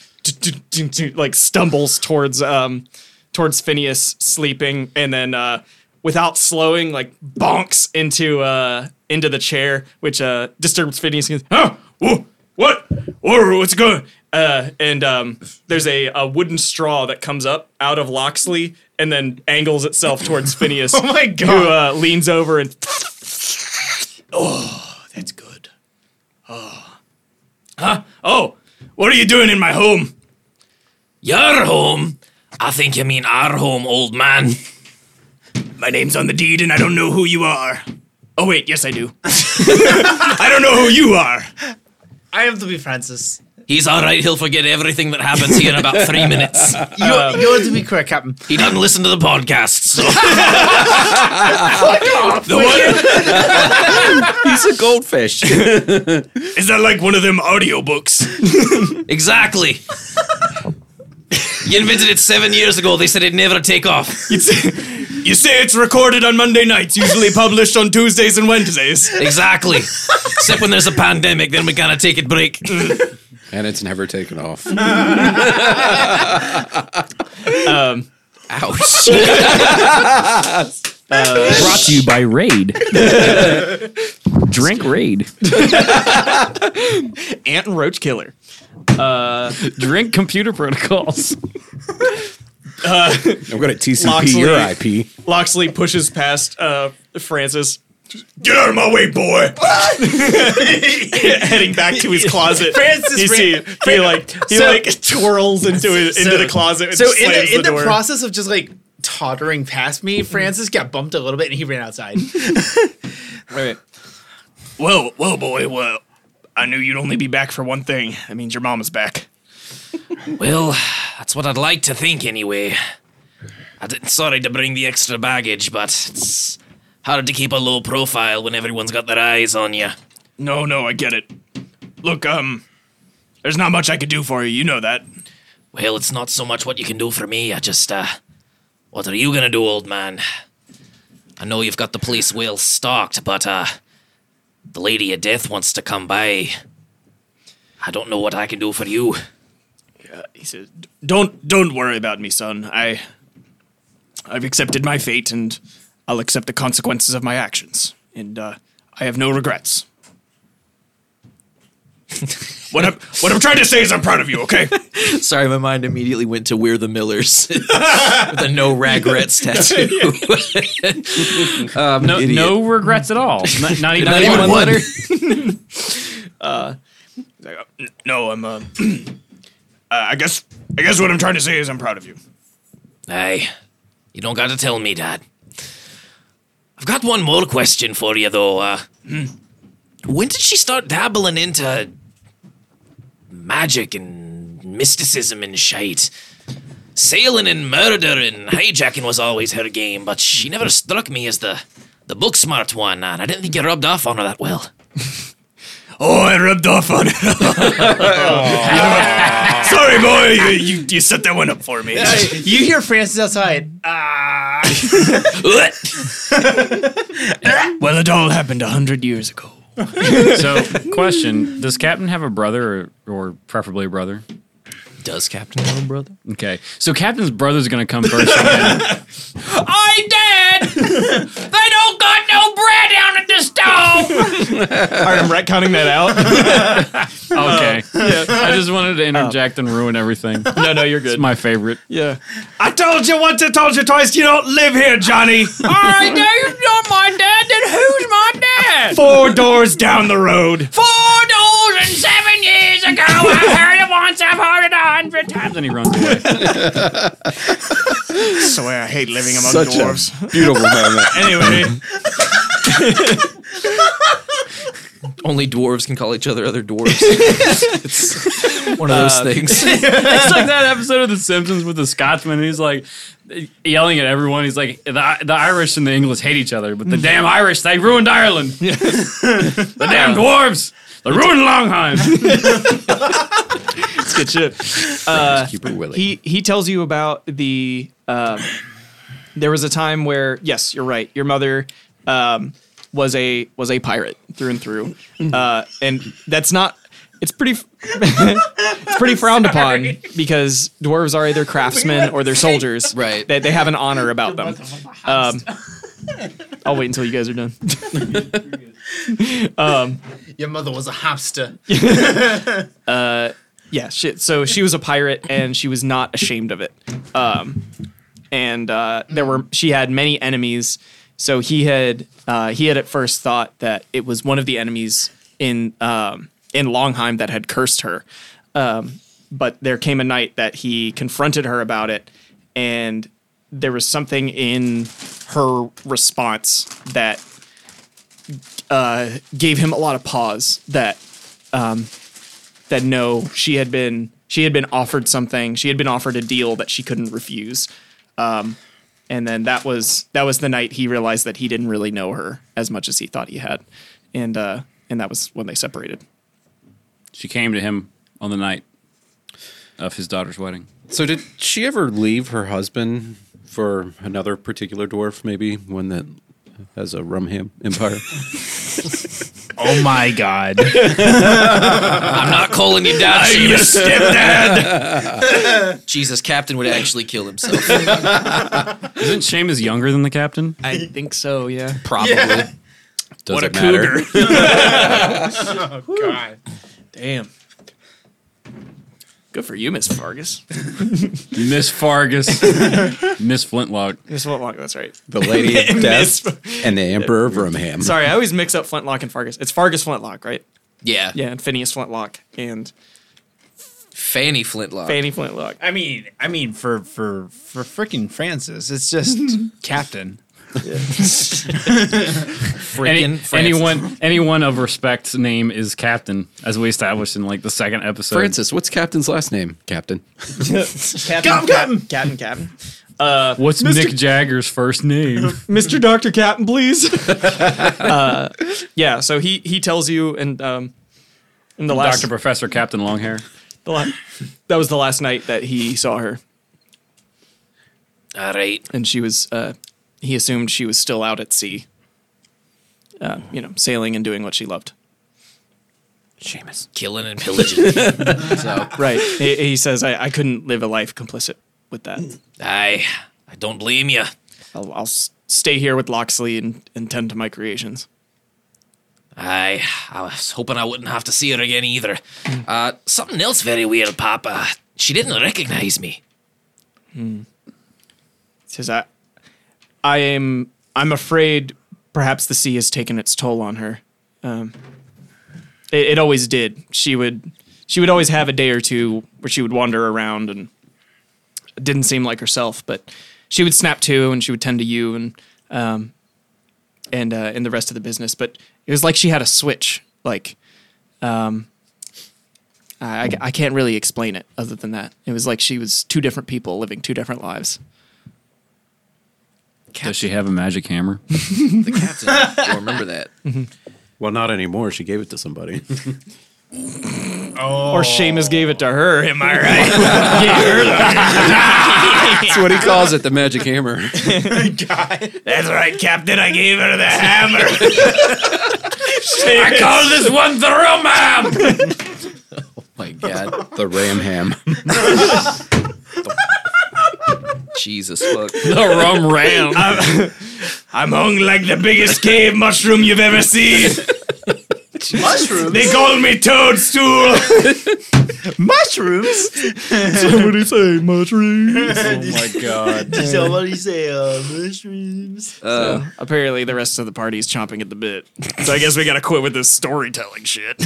like stumbles towards um towards Phineas sleeping, and then uh, without slowing, like bonks into uh into the chair, which uh disturbs Phineas. And he goes, oh, whoa, what? Whoa, what's going? Uh, and um, there's a, a wooden straw that comes up out of Loxley and then angles itself towards Phineas. oh
my God.
Who uh, leans over and
That's good. Oh. Huh? Oh, what are you doing in my home?
Your home? I think you mean our home, old man.
My name's on the deed and I don't know who you are. Oh, wait, yes, I do. I don't know who you are.
I am to be Francis.
He's all right. He'll forget everything that happens here in about three minutes.
You're, you're to be correct, Captain.
He doesn't listen to the podcast, so
The one,
He's a goldfish.
is that like one of them audiobooks?
exactly. You invented it seven years ago. They said it'd never take off.
You say it's recorded on Monday nights, usually published on Tuesdays and Wednesdays.
Exactly. Except when there's a pandemic, then we gotta take a break.
and it's never taken off.
Ouch.
Brought to you by Raid. Drink Raid.
ant and roach killer.
Drink computer protocols.
I'm going to TCP
Loxley.
your IP.
Loxley pushes past uh, Francis,
Get out of my way, boy.
heading back to his closet.
Francis
you see,
ran-
he like he
So-
like twirls into his, into
So-
the closet. And
So in
slams
the, in the,
door.
process of just like tottering past me, Francis got bumped a little bit and he ran outside.
Well, well, boy, well. I knew you'd only be back for one thing. That means your mama's back.
well, that's what I'd like to think anyway. I didn't, sorry to bring the extra baggage, but it's hard to keep a low profile when everyone's got their eyes on you.
No, no, I get it. Look, um, there's not much I could do for you. You know that.
Well, it's not so much what you can do for me. I just, uh, what are you gonna do, old man? I know you've got the police well stocked, but, uh, the Lady of Death wants to come by. I don't know what I can do for you.
He says, "Don't, don't worry about me, son. I, I've accepted my fate, and I'll accept the consequences of my actions. And uh, I have no regrets." What I'm what I'm trying to say is I'm proud of you. Okay.
Sorry, my mind immediately went to We're the Millers, the no regrets tattoo.
No, no regrets at all. Not, not even,
Not even one letter.
No, I'm. Uh, uh, I guess I guess what I'm trying to say is I'm proud of you.
Hey, you don't got to tell me, Dad. I've got one more question for you, though. Uh, when did she start dabbling into magic and mysticism and shite? Sailing and murder and hijacking was always her game, but she never struck me as the the book smart one, and I didn't think you rubbed off on her that well.
Oh, I rubbed off on it. Sorry, boy. You, you you set that one up for me.
you hear Francis outside.
well, it all happened a hundred years ago.
So, question: Does Captain have a brother, or, or preferably a brother?
Does Captain have a brother?
Okay, so Captain's brother's gonna come first. again.
I did! they don't got no bread down at the stove!
All right, I'm retconning that out.
okay, I just wanted to interject and ruin everything.
No, no, you're
It's
good.
my favorite.
Yeah.
I told you once. I told you twice. You don't live here, Johnny.
Alright, now you're not my dad, then who's my dad?
Four doors down the road.
Four doors and seven years ago, I heard it once, I've heard it a hundred times.
Then he runs away.
Swear, I hate living among
Such a
dwarves.
beautiful moment.
Anyway,
Only dwarves can call each other other dwarves. it's one of those things.
It's like that episode of The Simpsons with the Scotsman. And he's like yelling at everyone. He's like, the, the Irish and the English hate each other, but the damn Irish, they ruined Ireland. the damn dwarves, they ruined Longheim.
Good shit.
Keeper Willie.
he he tells you about the um, there was a time where yes you're right your mother um, was a was a pirate through and through uh, and that's not it's pretty f- it's pretty frowned upon because dwarves are either craftsmen or they're soldiers
Right.
they, they have an honor about them um, I'll wait until you guys are done
Your mother was a hamster.
yeah shit so she was a pirate and she was not ashamed of it um and uh there were she had many enemies so he had uh he had at first thought that it was one of the enemies in um in longheim that had cursed her um but there came a night that he confronted her about it and there was something in her response that uh gave him a lot of pause that that no, she had been she had been offered something. She had been offered a deal that she couldn't refuse. Um, and then that was that was the night he realized that he didn't really know her as much as he thought he had, and uh, and that was when they separated.
She came to him on the night of his daughter's wedding.
So did she ever leave her husband for another particular dwarf? Maybe one that has a Rumham empire.
Oh my god.
I'm not calling you dad.
you stepdad.
Jesus, Captain would actually kill himself.
Isn't Seamus younger than the captain?
I think so. Yeah.
Probably.
Does what a matter?
Damn. Good for you, Miss Fargus.
Miss Fargus, Miss Flintlock.
Miss Flintlock. That's right.
The Lady of Death and the Emperor of Rumham.
Sorry, I always mix up Flintlock and Fargus. It's Fargus Flintlock, right?
Yeah.
Yeah, and Phineas Flintlock and
Fanny Flintlock.
Fanny Flintlock.
I mean, I mean, for for for freaking Francis, it's just Captain.
Any,
Frickin' Francis.
anyone, anyone of respect's name is Captain, as we established in like the second episode.
Francis, what's Captain's last name? Captain.
Captain, Captain, Captain, Captain.
What's Nick Jagger's first name?
Mr. Doctor Captain, please. uh, yeah, so he he tells you, and um, in the last
Doctor Professor Captain Longhair.
the la- that was the last night that he saw her,
All right.
and she was uh, he assumed she was still out at sea, uh, you know, sailing and doing what she loved.
Seamus. Killing and pillaging. so,
Right. he, he says, I, "I couldn't live a life complicit with that.
I, I don't blame you.
I'll, I'll s- stay here with Loxley and, and tend to my creations."
I, I was hoping I wouldn't have to see her again either. Uh, something else very weird, Papa. She didn't recognize me.
Says I, I am. I'm afraid perhaps the sea has taken its toll on her. Um, it, it always did. She would. She would always have a day or two where she would wander around and didn't seem like herself. But she would snap to, and she would tend to you and um, and uh, and the rest of the business. But it was like she had a switch. Like, um, I, I I can't really explain it other than that. It was like she was two different people living two different lives.
Does she have a magic hammer?
The captain. I remember that.
Well, not anymore. She gave it to somebody.
Or Seamus gave it to her. Am I right?
That's what he calls it, the magic hammer.
Ah. That's right, Captain. I gave her the hammer.
I call this one the real man.
Oh, My God,
the ram ham.
Jesus fuck.
the rum ram.
I'm hung like the biggest cave mushroom you've ever seen.
Mushrooms?
They call me Toadstool.
Mushrooms?
Somebody say mushroom.
oh my god.
Did somebody say uh, mushrooms?
Uh,
Apparently, the rest of the party is chomping at the bit. So I guess we gotta quit with this storytelling shit.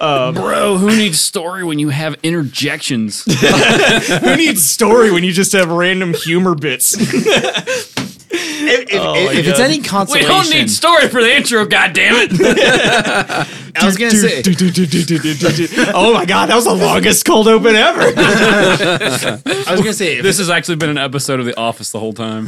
Bro, who needs story when you have interjections?
Who needs story when you just have random humor bits?
If, if, if, if it's any
we
consolation,
don't need story for the intro, goddammit.
I was gonna say
oh my god, that was the longest cold open ever.
I was gonna say if,
this has actually been an episode of The Office the whole time.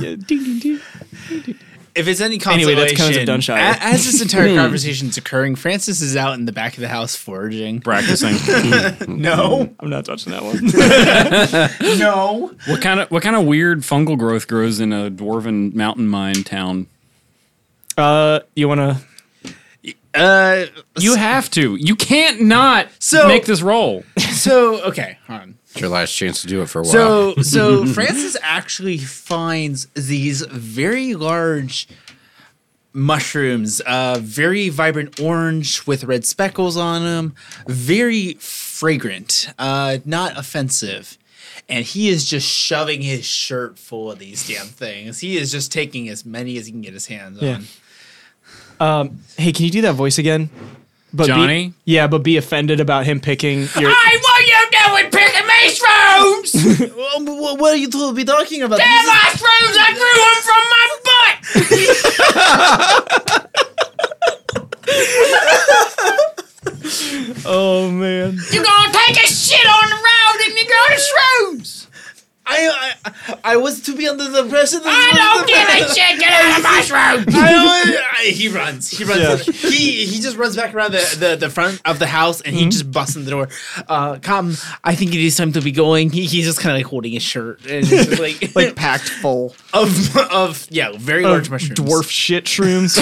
if it's any
Anyway,
consolation,
that's Cones of Dunshire.
a- as this entire conversation's occurring, Francis is out in the back of the house foraging.
Practicing.
No,
I'm not touching that one.
no.
what kind of what kind of weird fungal growth grows in a dwarven mountain mine town?
Uh, you wanna?
Uh,
You have to. You can't not
So-
make this roll.
so okay, hold on.
It's your last chance to do it for a while.
So so Francis actually finds these very large mushrooms, uh, very vibrant orange with red speckles on them, very fragrant, uh, not offensive. And he is just shoving his shirt full of these damn things. He is just taking as many as he can get his hands
Yeah.
on.
Um, Hey, can you do that voice again? But be-
Johnny?
yeah, but be offended about him picking your.
I what you doing picking mushrooms?
Well, what, what are you two be talking about?
They're
This is-
mushrooms I grew them from my butt.
Oh man.
You gonna take a shit on the road and you go to shrooms.
I, I I was to be under the impression that
I
this was the
don't give a shit. Get out of mushrooms.
I don't- I- he runs. He runs. He he just runs back around the, the, the front of the house and
Mm-hmm.
he just busts in the door. Uh, come, I think it is time to be going. He, he's just kind of like holding his shirt and it's just like
Like packed full
of of yeah, very large
of
mushrooms.
dwarf shit shrooms.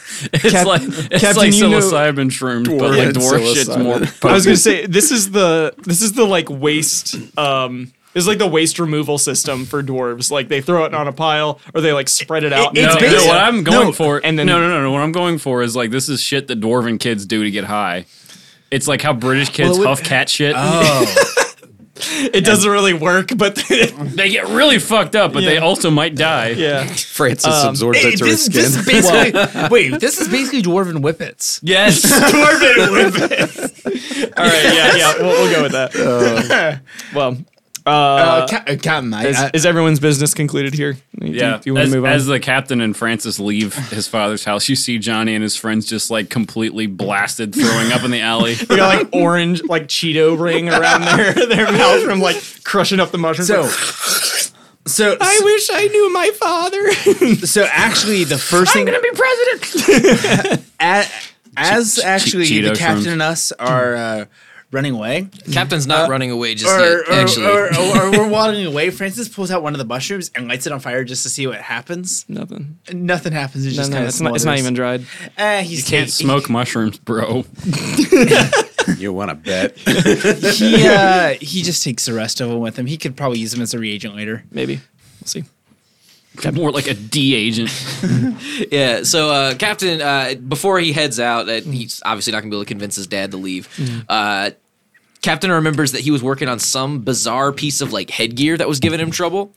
It's
Cap-
like it's
Captain,
like
you know-
psilocybin shroom, but like dwarf shit's more.
I was gonna say this is the this is the like waste um this is like the waste removal system for dwarves. Like they throw it on a pile or they like spread it out.
No,
and
no, what I'm going for,
and
and
then-
then no, no, no, no. What I'm going for is like this is shit that dwarven kids do to get high. It's like how British kids huff cat shit.
Oh. it doesn't really work, but
they get really fucked up, but they also might die.
yeah.
Francis
Um,
absorbs
Hey,
it through his
this,
skin.
this is basically wait. This is basically dwarven whippets.
Yes,
All right, yeah, yeah. We'll, we'll go with that. well,
Uh, ca- uh, Captain, I,
is,
I,
is everyone's business concluded here? Do you-
Yeah.
Do you want
as,
to move on?
as the captain and Francis leave his father's house, you see Johnny and his friends just like completely blasted, throwing up in the alley.
they got like orange, like Cheeto ring around their their mouth from like crushing up the mushrooms.
so. So,
I wish I knew my father.
so actually, the first thing
be president.
a- as actually
Cheeto
the captain
shrooms.
and us are uh, running away,
Captain's not running away just
or,
yet.
or,
actually,
or, or, or we're walking away. Francis pulls out one of the mushrooms and lights it on fire just to see what happens.
Nothing.
Nothing happens. It
No,
just
no,
kind
it's not, it's not even dried.
Uh, he's,
Can't smoke mushrooms, bro.
you want to bet?
He, uh, he just takes the rest of them with him. He could probably use them as a reagent later.
Maybe. We'll see.
More like a D agent.
Yeah. So uh, Captain, uh, before he heads out, uh, he's obviously not going to be able to convince his dad to leave. Uh, Captain remembers that he was working on some bizarre piece of like headgear that was giving him trouble.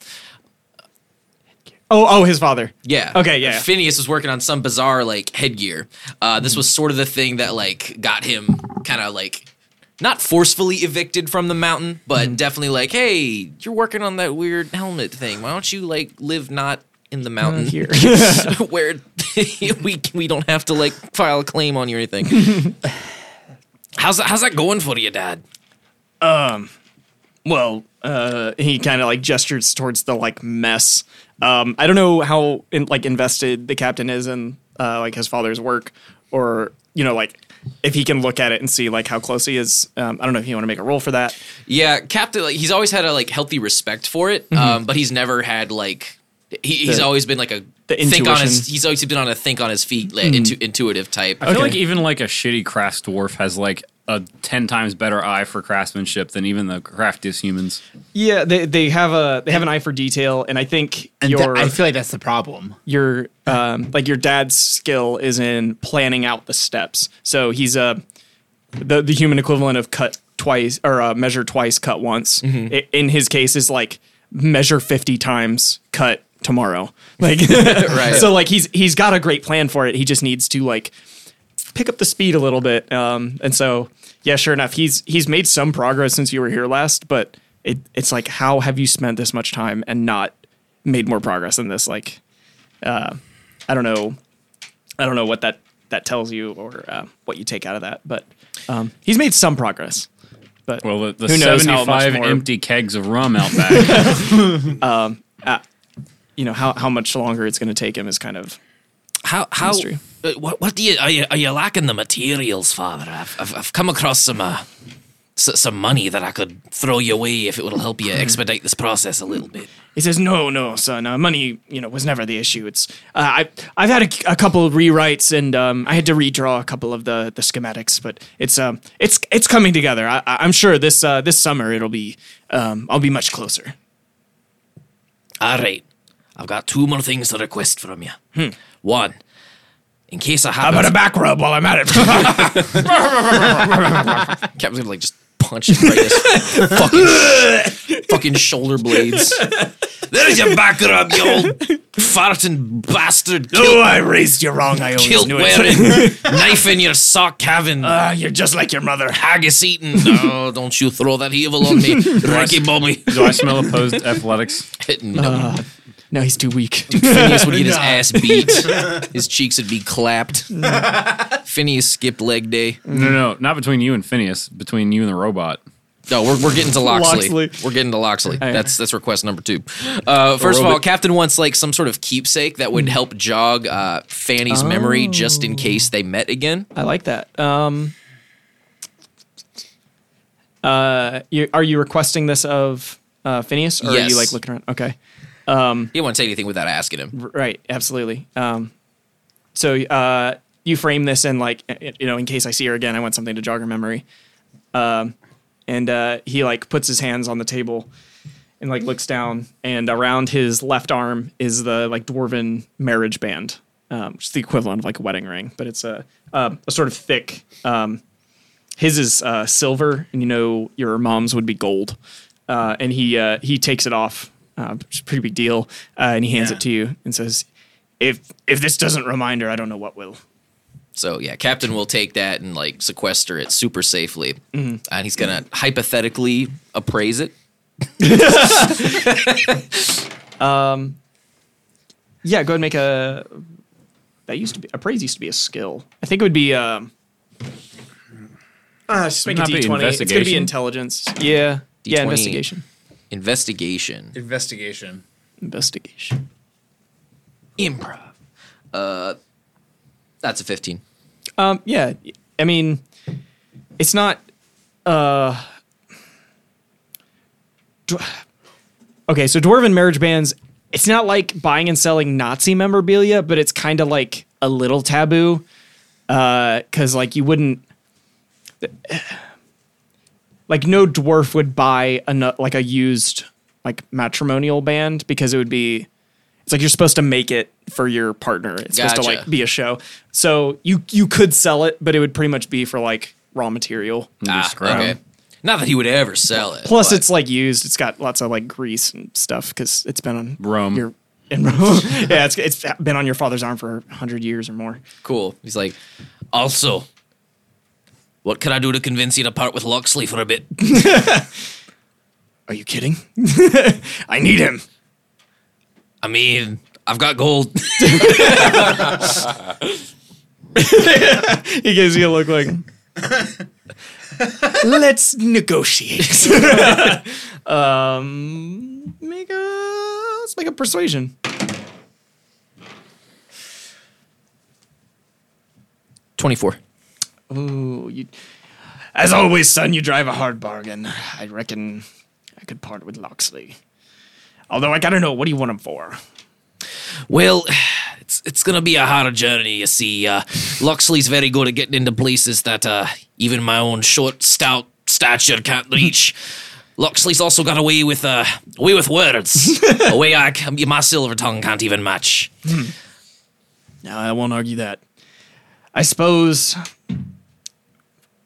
Oh, oh, his father.
Yeah.
Okay, yeah, yeah.
Phineas was working on some bizarre like headgear. Uh, this was sort of the thing that like got him kind of like not forcefully evicted from the mountain, but
Mm-hmm.
definitely like, hey, you're working on that weird helmet thing. Why don't you like live not in the mountain here, where we we don't have to like file a claim on you or anything. how's that, how's that going for you, Dad?
Well, uh, he kind of like gestures towards the like mess. Um, I don't know how in, like invested the captain is in uh, like his father's work, or you know like if he can look at it and see like how close he is. Um, I don't know if you want to make a roll for that.
Yeah, Captain. Like, he's always had a like healthy respect for it, um, but he's never had like he, he's
Mm-hmm. The-
always been like a
the
think on his.
intuition. Mm-hmm.
He's always been on a think on his feet, like, intu- intuitive type.
I feel like even like a shitty craft dwarf has like a ten times better eye for craftsmanship than even the craftiest humans.
Yeah, they they have a they have an eye for detail, and I think
And
your
tha- I feel like that's the problem.
your um, like your dad's skill is in planning out the steps. So he's a the the human equivalent of cut twice or uh, measure twice, cut once. I- in his case, is like measure fifty times, cut tomorrow. Like right. So like he's he's got a great plan for it. He just needs to like pick up the speed a little bit. Um, and so yeah, sure enough, he's he's made some progress since you were here last, but it it's like how have you spent this much time and not made more progress in this like I don't know. I don't know what that that tells you or uh, what you take out of that, but um, he's made some progress. But
Well, the, the
Who knows how much
seventy-five
more-
empty kegs of rum out back.
you know how how much longer it's going to take him is kind of
How how
Mystery.
uh, what what do you are you are you lacking the materials, Father? I've I've, I've come across some uh s- some money that I could throw you away if it would help
Mm-hmm.
you expedite this process a little bit.
He says, "No, no, son. Uh, money, you know, was never the issue. It's uh, I, I've had a, a couple of rewrites, and um, I had to redraw a couple of the, the schematics, but it's um, it's it's coming together. I, I- I'm sure this uh, this summer it'll be, um, I'll be much closer.
All right, I've got two more things to request from you. One, in case I happen,
Hmm. a back rub while I'm at it.
Captain's gonna like just punch him right in his fucking, fucking shoulder blades. There's your back rub, you old farting bastard. Kilt,
oh, I raised you wrong. I always
kilt
knew it.
wearing, knife in your sock having,
Ah, you're just like your mother.
haggis eating. Oh, don't you throw that evil on me, Ricky Bobby.
Do I smell opposed athletics?
no.
No, Uh, he's too weak.
Phineas would get his ass beat. His cheeks would be clapped. Phineas skipped leg day.
No, no, not between you and Phineas. Between you and the robot.
No, we're, we're getting to Loxley.
Loxley.
We're getting to Loxley. That's that's request number two. Uh, first of all, Captain wants like some sort of keepsake that
Hmm.
would help jog uh, Fanny's memory just
Oh.
in case they met again.
I like that. Um, uh, you, are you requesting this of uh, Phineas, or are
Yes.
you like looking around? Okay,
He didn't want to say anything without asking him.
R- right, absolutely. Um, so uh, you frame this in like y- you know, in case I see her again, I want something to jog her memory. Um, and uh, he like puts his hands on the table and like looks down, and around his left arm is the like dwarven marriage band, um, which is the equivalent of like a wedding ring, but it's a uh, a sort of thick. Um, his is uh, silver, and you know your mom's would be gold. Uh, and he uh, he takes it off, uh, which is a pretty big deal, uh, and he hands it to you and says, "If if this doesn't remind her, I don't know what will."
So yeah, Captain will take that and like sequester it super safely,
Mm-hmm.
and he's gonna hypothetically appraise it.
Yeah, go ahead and make a. That used to be appraise used to be a skill. I think it would be. Um, uh, just make a
Wouldn't that
D
be
twenty. It's gonna be
investigation?
intelligence. Yeah. Yeah,
D20.
investigation.
Investigation.
Investigation.
Investigation.
improv. Uh, that's a 15.
Um, yeah, I mean, it's not. Uh, dw- okay, so dwarven marriage bands. It's not like buying and selling Nazi memorabilia, but it's kind of like a little taboo, because like you wouldn't. Like no dwarf would buy a nu- like a used like matrimonial band because it would be It's like you're supposed to make it for your partner. It's supposed to
Gotcha.
like be a show. So you you could sell it, but it would pretty much be for like raw material.
Ah,
scrub.
okay. Not that he would ever sell it.
Plus,
but-
it's like used. It's got lots of like grease and stuff because it's been on
Rome.
Your, in Rome. yeah, it's it's been on your father's arm for hundred years or more.
cool. He's like, also, what could I do to convince you to part with Loxley for a bit?
Are you kidding? I need him.
I mean, I've got gold.
He gives you a look like. Let's negotiate. um, make a let's make a persuasion.
Twenty-four.
Ooh, you, as always, son, you drive a hard bargain. I reckon I could part with Loxley. Although I gotta know, what do you want him for?
Well, it's it's gonna be a harder journey, you see. Uh, Loxley's very good at getting into places that uh, even my own short, stout stature can't reach. Loxley's also got a way with uh, a way with words, a way I c- my silver tongue can't even match.
No, I won't argue that. I suppose.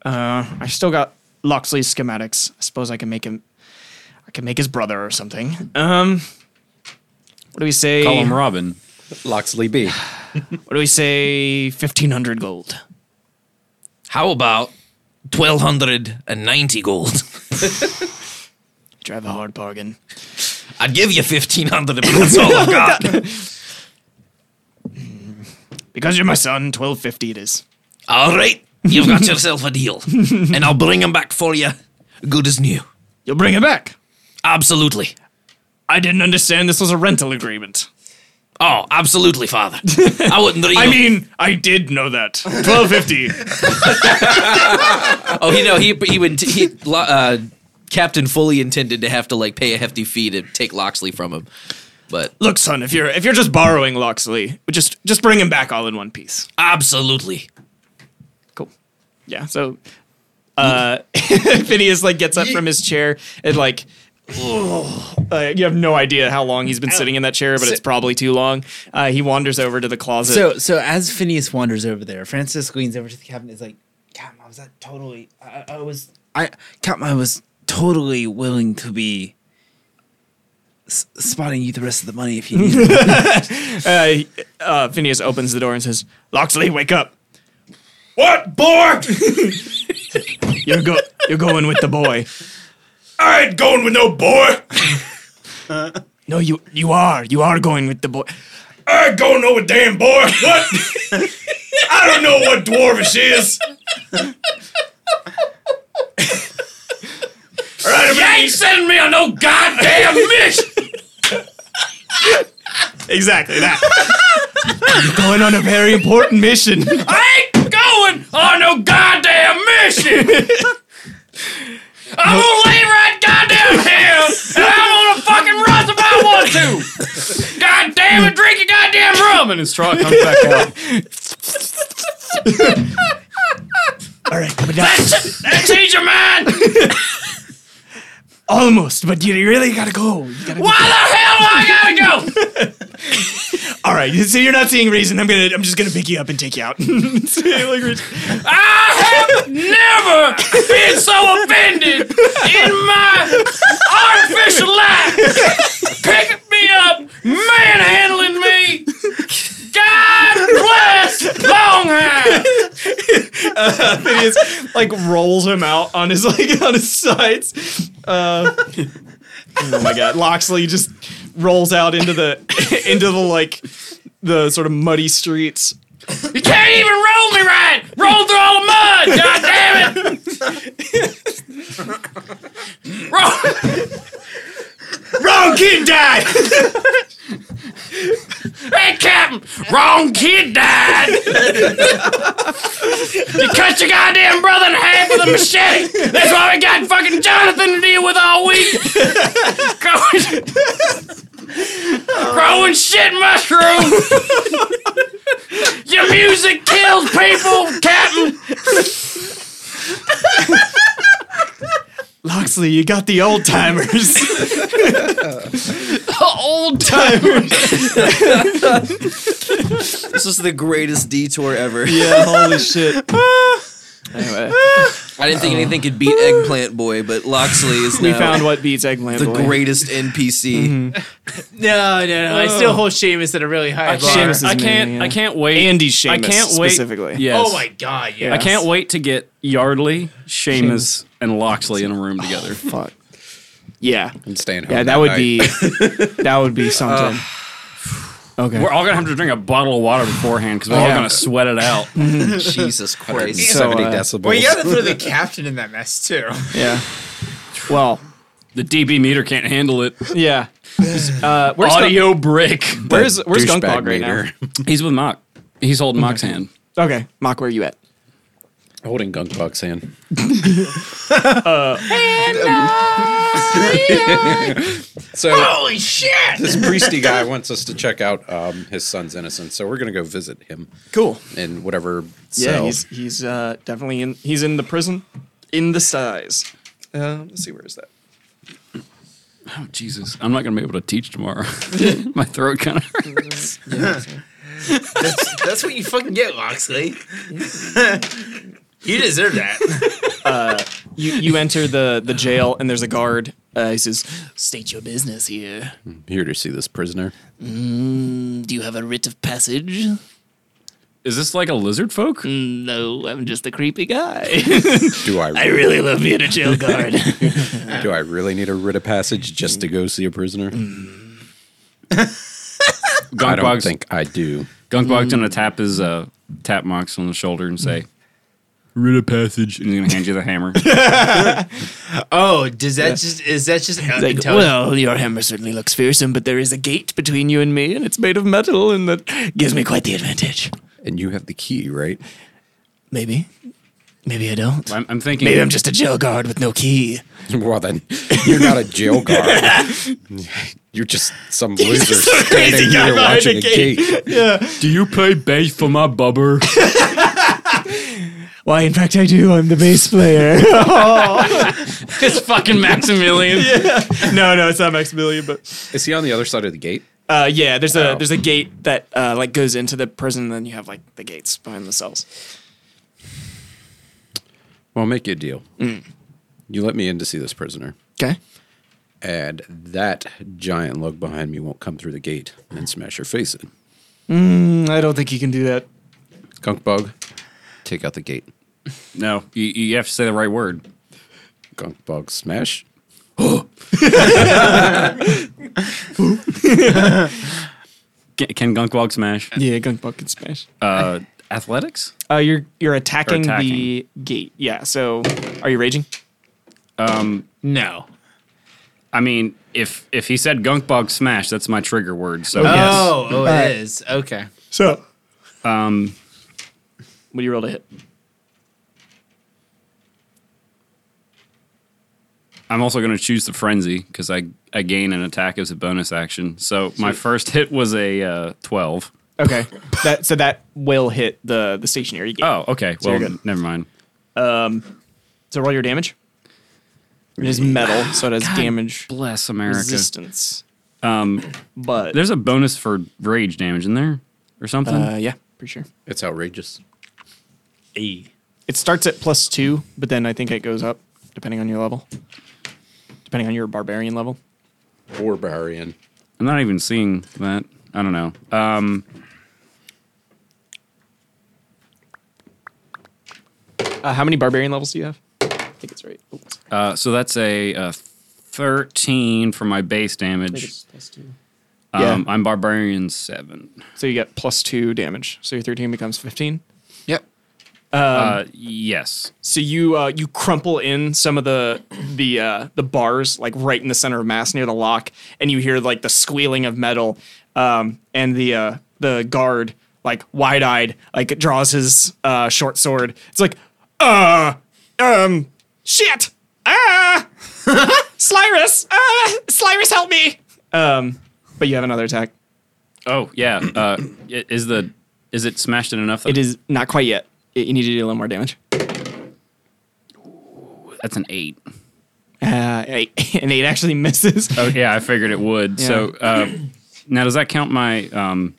Uh, I still got Loxley's schematics. I suppose I can make him. I can make his brother or something. Um, what do we say?
Call him Robin.
Loxley B.
What do we say? Fifteen hundred gold.
How about twelve hundred and ninety gold?
You drive a hard bargain.
I'd give you fifteen hundred, but that's all I've got.
Because you're my son, twelve fifty it is.
all right, you've got yourself a deal, and I'll bring him back for you, good as new.
You'll bring it back.
Absolutely.
I didn't understand this was a rental agreement.
Oh, absolutely, father. I wouldn't dream.
I
of-
mean, I did know that. Twelve fifty.
Oh, you know, he he would he lo- uh, Captain fully intended to have to like pay a hefty fee to take Loxley from him, but
Look, son, if you're if you're just borrowing Loxley, just just bring him back all in one piece.
absolutely,
Cool. Yeah. So, uh, Phineas like gets up from his chair and like, uh, you have no idea how long he's been sitting in that chair, but it's probably too long. Uh, he wanders over to the closet.
So so as Phineas wanders over there, Francis leans over to the cabin. Is like,
God, I was that totally. I, I was.
I Captain, I was totally willing to be s- spotting you the rest of the money if you need it.
uh, he- uh, Phineas opens the door and says, "Loxley, wake up!
What, boy?
You're go you're going with the boy.
I ain't going with no boy.
No, you you are you are going with the boy.
I ain't going no damn boy. What? I don't know what dwarvish is. All right, I'm gonna eat-
Send me on no goddamn mission.
Exactly that. you're going on a very important mission.
I ain't going on no goddamn mission. I'm gonna lay right goddamn down, and I'm gonna fucking rust if I want to. Goddamn it, drink your goddamn rum.
Robin and straw comes back out.
all right, but that's
That change your mind.
almost. But you really gotta go. You gotta go.
Why the hell do I gotta go?
All right, so you're not seeing reason. I'm gonna, I'm just gonna pick you up and take you out. See, like, Reason.
I have never been so offended in my artificial life. Picking me up, manhandling me. God bless Longheim.
Phineas like rolls him out on his like on his sides. Uh, oh my god, Loxley just rolls out into the into the like the sort of muddy streets.
You can't even roll me right. Roll through all the mud. God damn it. Roll.
Wrong kid died.
Hey, Captain. Wrong kid died. you cut your goddamn brother in half with a machete. That's why we got fucking Jonathan to deal with all week. Growing, growing shit mushrooms. Your music kills people, Captain.
Loxley, you got the old timers.
Oh,
old time.
This is the greatest detour ever. Yeah.
Holy shit. anyway,
I didn't think anything could beat Eggplant Boy, but Loxley is
we
now
found Mm-hmm. what beats Eggplant
the
Boy.
greatest NPC.
No, no, no. I
Oh.
still hold Seamus at a really high bar.
Seamus is
I can't.
amazing, yeah.
I can't wait.
Andy Seamus
I can't wait.
specifically.
Yes.
Oh my god, yeah.
I can't wait to get Yardley, Seamus, Oh, and Loxley in a room together.
Fuck. Yeah.
I'm staying home.
Yeah, that would be that would be something. okay.
We're all gonna have to drink a bottle of water beforehand because we're all
Yeah.
gonna sweat it out.
Jesus Christ.
So,
70
uh,
decibels.
Well, you gotta throw the captain in that mess too.
Yeah. Well,
the DB meter can't handle it.
yeah. Uh, where's Gunk-
Audio brick.
where's where's
douchebag
Gunkbog right now?
meter.
He's with Mock. He's holding Mock's hand.
Okay, Mock, where are you at?
Holding Gunkbog's hand.
Uh,
so
Holy shit!
this priesty guy wants us to check out um, his son's innocence, so we're gonna go visit him
Cool.
in whatever
Yeah,
cell.
he's he's uh, definitely in. He's in the prison, in the size. Uh, let's see, where is that?
Oh Jesus! I'm not gonna be able to teach tomorrow. My throat kind of hurts.
That's what you fucking get, Loxley. you deserve that.
You you enter the the jail and there's a guard. Uh, he says, "State your business here.
Here to see this prisoner.
Do you have a writ of passage? Mm,
Is this like a lizard folk?
No, I'm just a creepy guy.
Do I,
I really love being a jail guard.
do I really need a writ of passage just to go see a prisoner? I don't
Gunkbog's
think I do.
Gunkbog's gonna tap his uh, tap Mox on the shoulder and say, "Read a Mm. passage," and he's gonna hand you the hammer.
Oh, does that just is that just
Like, well, your hammer certainly looks fearsome, but there is a gate between you and me, and it's made of metal, and that gives me quite the advantage.
And you have the key, right?
Maybe, maybe I don't.
I'm, I'm thinking.
Maybe I'm just a jail guard with no key.
Well, then you're not a jail guard. You're just some loser standing here watching a gate.
Do you play bass for my bubber?
Why, in fact, I do. I'm the bass player.
it's fucking Maximilian.
no, no, it's not Maximilian, but
Is he on the other side of the gate?
uh, yeah, there's a
Oh.
there's a gate that uh, like goes into the prison, and then you have like the gates behind the cells.
Well, I'll make you a deal. You let me in to see this prisoner,
Okay.
and that giant lug behind me won't come through the gate and smash your face in.
Mm, I don't think you can do that.
Gunk bug, take out the gate.
No, you, you have to say the right word.
Gunk bug, smash.
Can, can Gunkbog smash?
Yeah, gunk bucket smash.
Uh, athletics?
Uh, you're you're attacking,
Or attacking.
the gate. Yeah. So, are you raging?
no.
I mean, if if he said Gunkbog smash, that's my trigger word. So
Oh, oh, it is okay.
So,
um,
what do you roll to hit?
I'm also going to choose the frenzy because I I gain an attack as a bonus action. So my first hit was a uh, twelve.
Okay. that so that will hit the the stationary gate.
Oh, okay.
you're
Well,
good.
never mind.
So roll your damage. It is metal, so it has damage
Bless America.
resistance. Um, but
There's a bonus for rage damage in there or something.
uh, yeah, pretty sure.
It's outrageous.
It starts at plus two, but then I think it goes up depending on your level, depending on your barbarian level.
Barbarian.
I'm not even seeing that. I don't know. Um,
Uh, how many barbarian levels do you have? I think it's right. Oh, sorry.
uh, so that's a, uh 13 for my base damage. Um,
Yeah.
I'm barbarian seven.
So you get plus two damage. So your thirteen becomes fifteen.
Yep. uh, yes.
So you uh, you crumple in some of the the uh, the bars like right in the center of mass near the lock, and you hear like the squealing of metal, um, and the uh, the guard like wide eyed like draws his uh, short sword. It's like, uh, um, shit, ah, Slyrus, ah, Slyrus, help me. Um, but you have another attack.
Oh yeah. Uh, i- is the is it smashed in enough? That
It is not quite yet. You need to do a little more damage.
That's an eight.
Uh, eight, an eight actually misses.
Oh yeah, I figured it would. So uh, now, does that count my um,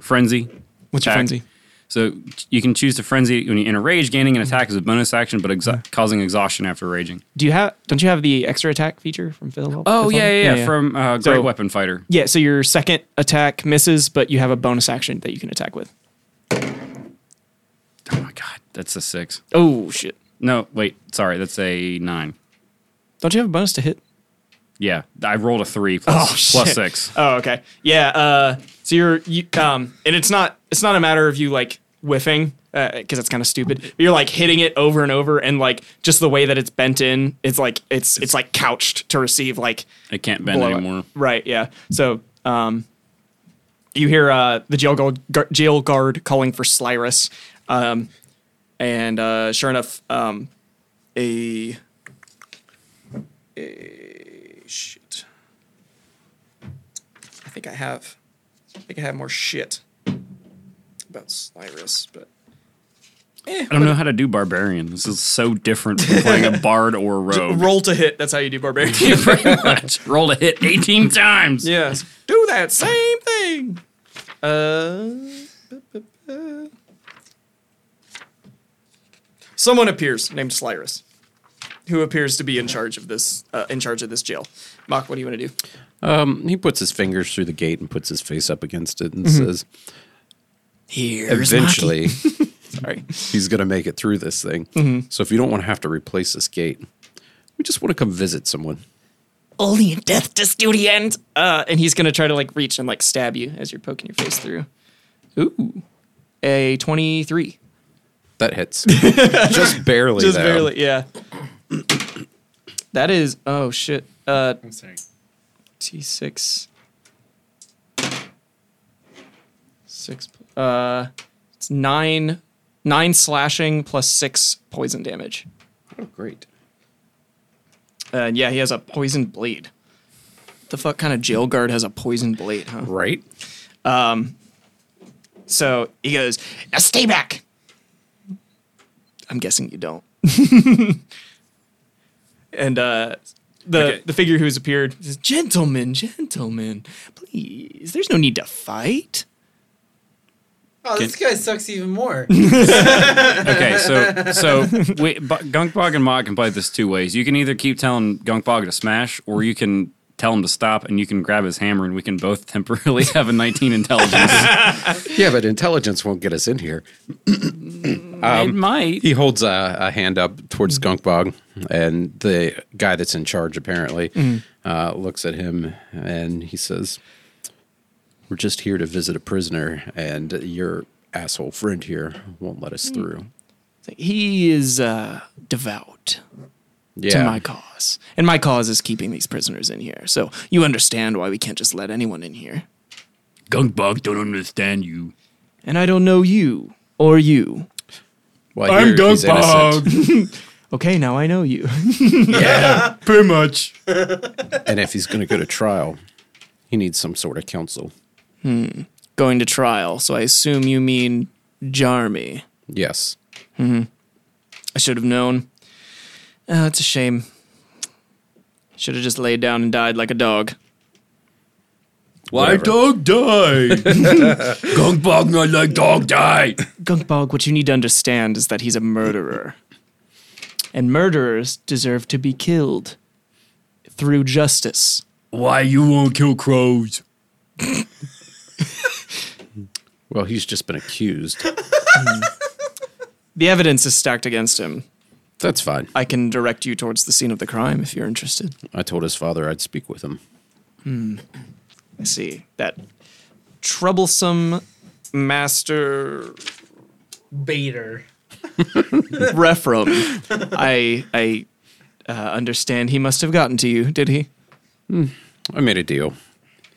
frenzy?
What's your
attack?
frenzy?
So you can choose to frenzy when you in a rage. Gaining an attack is a bonus action, but exa- causing exhaustion after raging.
Do you have? Don't you have the extra attack feature from Phil?
Oh yeah, yeah, yeah, From uh, Great
So-
Weapon Fighter.
yeah. So your second attack misses, but you have a bonus action that you can attack with.
Oh my god, that's a six.
Oh shit!
No, wait, sorry, that's a nine.
Don't you have a bonus to hit?
Yeah, I rolled a three plus,
Oh,
plus
shit.
six.
Oh, okay. Yeah. Uh, so you're you, um, and it's not it's not a matter of you like whiffing uh, because it's kind of stupid. But you're like hitting it over and over, and like just the way that it's bent in, it's like it's it's like couched to receive like
I can't bend
blow it.
anymore.
Right. Yeah. So um, you hear uh, the jail guard, gu- jail guard calling for Slyrus, um, and uh, sure enough, um, a a shit. I think I have. I think I have more shit about Slyrus, but
I don't know how to do barbarian. This is so different from playing a bard or a rogue.
roll to hit. That's how you do barbarian.
Pretty much. Rolled a hit 18 times.
Yes. Do that same thing. Uh, bu- bu- bu- someone appears named Slyrus, who appears to be in charge of this uh, in charge of this jail. Mock, what do you want to do?
Um, he puts his fingers through the gate and puts his face up against it and says,
Here's
"Eventually,
Sorry.
he's going to make it through this thing.
Mm-hmm.
So if you don't want to have to replace this gate, we just want to come visit someone."
Only in death does duty end. Uh, and he's gonna try to like reach and like stab you as you're poking your face through. Ooh, a twenty-three.
That hits just barely.
Just
though.
barely, yeah. that is oh shit. Uh I'm sorry. T six. Six uh it's nine nine slashing plus six poison damage.
Oh, great.
And yeah, he has a poison blade. The fuck kind of jail guard has a poison blade, huh? Um,
Right.
So he goes, Now stay back. I'm guessing you don't. and uh, the the figure who's appeared says, Gentlemen, gentlemen, please, there's no need to fight.
Oh, this guy sucks even more.
Okay, so so we, Bo- Gunk Bog and Mog can play this two ways. You can either keep telling Gunk Bog to smash, or you can tell him to stop, and you can grab his hammer, and we can both temporarily have a 19 intelligence.
Yeah, but intelligence won't get us in here.
it might.
He holds a, a hand up towards
Mm-hmm.
Gunkbog, and the guy that's in charge apparently
Mm-hmm.
uh, looks at him and he says, "We're just here to visit a prisoner, and your asshole friend here won't let
Mm.
us through."
It's like, He is uh, devout
Yeah,
to my cause. And my cause is keeping these prisoners in here. So you understand why we can't just let anyone in here.
Gunk Bog don't understand you.
And I don't know you or you.
well, I'm Gunkbog,
Okay, now I know you.
Pretty much.
and if he's going to go to trial, he needs some sort of counsel.
Hmm. Going to trial, so I assume you mean Jarmy. Mm-hmm.
Yes,
I should have known. Oh, it's a shame. Should have just laid down and died like a dog.
why
Dog die. Gunk Bog not like dog die.
Gunkbog, what you need to understand is that he's a murderer. And murderers deserve to be killed through justice.
Why you won't kill crows?
Well, he's just been accused.
The evidence is stacked against him.
That's fine.
I can direct you towards the scene of the crime if you're interested.
I told his father I'd speak with him.
I see. That troublesome master
Bader.
Refrum. I I uh, understand he must have gotten to you, did he?
I made a deal.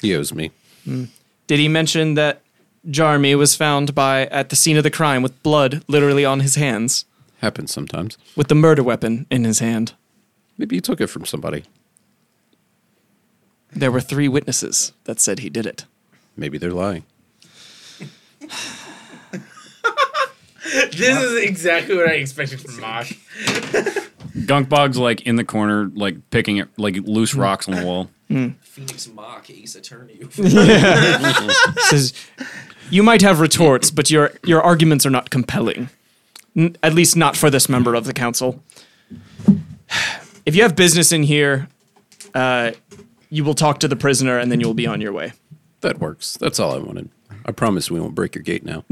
He owes me.
Did he mention that Jarmy was found by at the scene of the crime with blood literally on his hands,
Happens sometimes.
with the murder weapon in his hand?
Maybe he took it from somebody.
There were three witnesses that said he did it.
Maybe they're lying.
This is exactly what I expected from Mosh.
Gunkbog's like in the corner, like picking at like loose
Mm.
rocks on the wall.
Phoenix Mock Ace Attorney.
says, "You might have retorts, but your your arguments are not compelling. N- at least not for this member of the council. If you have business in here, uh, you will talk to the prisoner, and then you will be on your way."
That works. That's all I wanted. I promise we won't break your gate now.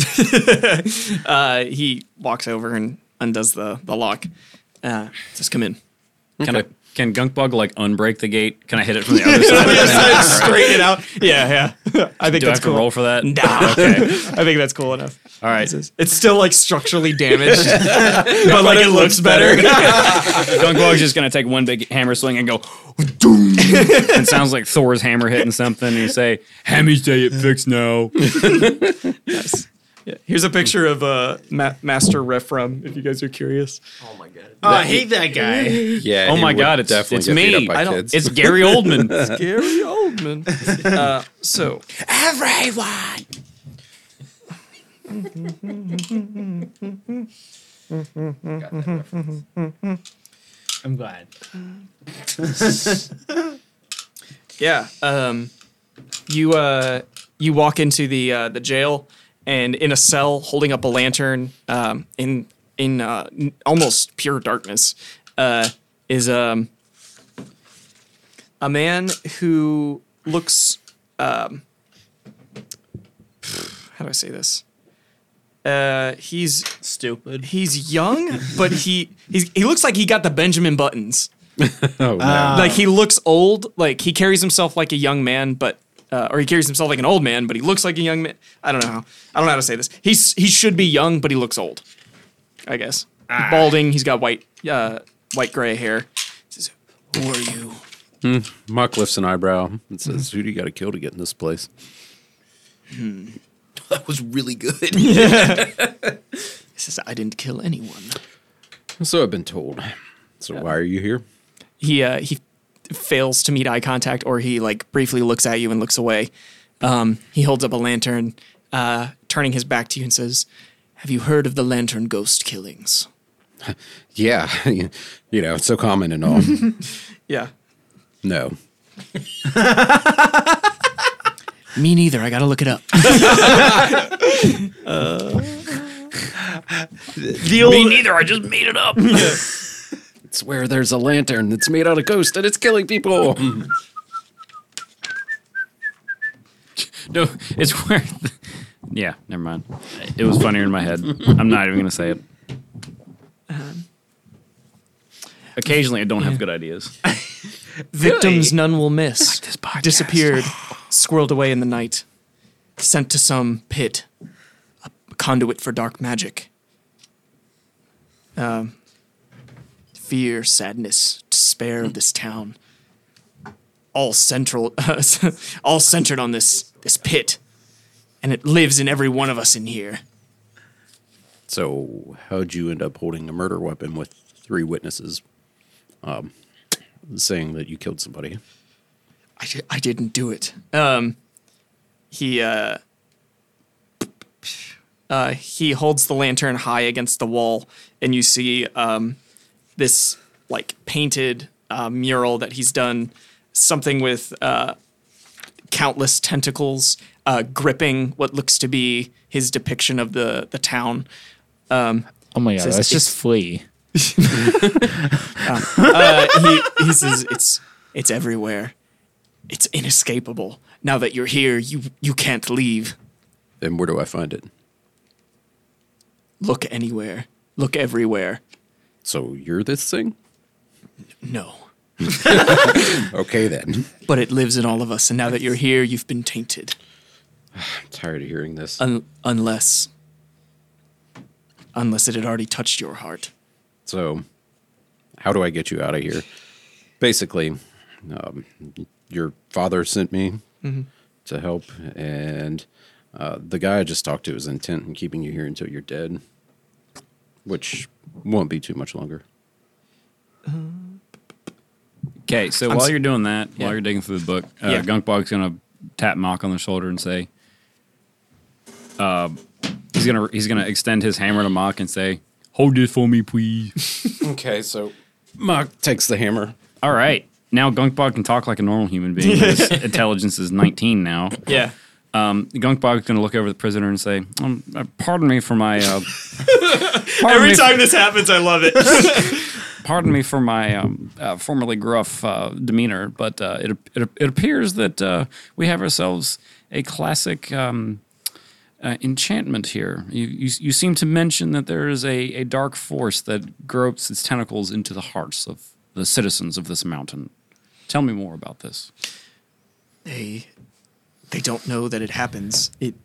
Uh, he walks over and undoes the the lock. Uh, says, "Come in."
Can I? Can Gunkbog like unbreak the gate? Can I hit it from the other side?
Straighten it out. Yeah, yeah. I think that's
Do I have to
cool.
roll for that?
Nah. I think that's cool enough.
All right,
It's still like structurally damaged, but like it looks better.
Gunkbog's just gonna take one big hammer swing and go, doom. and sounds like Thor's hammer hitting something. And you say, "Hammy's day it fixed now."
Here's a picture of uh, Ma- Master Refram, if you guys are curious.
Oh, I hate that guy.
yeah.
Oh
he
my
would
God, it's- it's
get beat
me.
up by
I don't-
kids.
It's Gary Oldman.
Gary Oldman. Uh, so
Everyone.
I'm glad.
yeah, um, you uh, you walk into the uh, the jail, and in a cell, holding up a lantern, um, in in uh, n- almost pure darkness, uh, is um, a man who looks. Um, how do I say this? Uh, he's
Stupid.
he's young, but he he's, he looks like he got the Benjamin Buttons.
oh, no.
Like he looks old. Like he carries himself like a young man, but uh, or he carries himself like an old man, but he looks like a young man. I don't know. How, I don't know how to say this. He's he should be young, but he looks old. I guess balding. He's got white uh, white gray hair. Says, Who are you?
Mock lifts an eyebrow and says, "Who do you got to kill to get in this place?"
That was really good.
He says, I didn't kill anyone.
So I've been told. So why are you here?
He uh, he fails to meet eye contact, or he like briefly looks at you and looks away. Um, he holds up a lantern, uh, turning his back to you, and says, "Have you heard of the lantern ghost killings?"
Yeah, you know it's so common and all.
Yeah.
no,
Me neither. I gotta look it up.
The old,
it's where there's a lantern that's made out of ghost and it's killing people.
No, it's where. yeah, never mind. It was funnier in my head. I'm not even gonna say it. Occasionally, I don't have good ideas.
Oh Victims none will miss. Disappeared, squirreled away in the night, sent to some pit, a conduit for dark magic. Um, fear, sadness, despair of this town. All central, all centered on this this pit, and it lives in every one of us in here.
So how'd you end up holding a murder weapon with three witnesses, um, saying that you killed somebody?
I, di- I didn't do it. Um, he uh, uh, he holds the lantern high against the wall, and you see um, this like painted uh, mural that he's done, something with uh, countless tentacles uh, gripping what looks to be his depiction of the the town.
Oh my god,
Says
let's just flee.
he, he says it's it's everywhere. It's inescapable. Now that you're here, you you can't leave.
And where do I find it?
look anywhere, look everywhere.
So you're this thing?
No.
Okay then.
But it lives in all of us, and now that you're here, you've been tainted.
I'm tired of hearing this.
Un- unless. Unless it had already touched your heart.
So how do I get you out of here? Basically, um, your father sent me to help, and uh, the guy I just talked to is intent on keeping you here until you're dead, which won't be too much longer.
Okay, so while you're doing that, while you're digging through the book, uh,
Yeah.
Gunkbog's gonna tap Mock on the shoulder and say, uh, "He's gonna he's gonna extend his hammer to Mock and say." Hold this for me, please.
Okay, so Mock takes the hammer.
All right. Now Gunkbog can talk like a normal human being. His intelligence is 19 now.
Yeah.
Um, Gunkbog's going to look over the prisoner and say, um, uh, pardon me for my... Uh,
Every
me
time this happens, I love it.
pardon me for my um, uh, formerly gruff uh, demeanor, but uh, it, it it appears that uh, we have ourselves a classic um, uh, enchantment here. You, you you seem to mention that there is a, a dark force that gropes its tentacles into the hearts of the citizens of this mountain. Tell me more about this.
they they don't know that it happens. It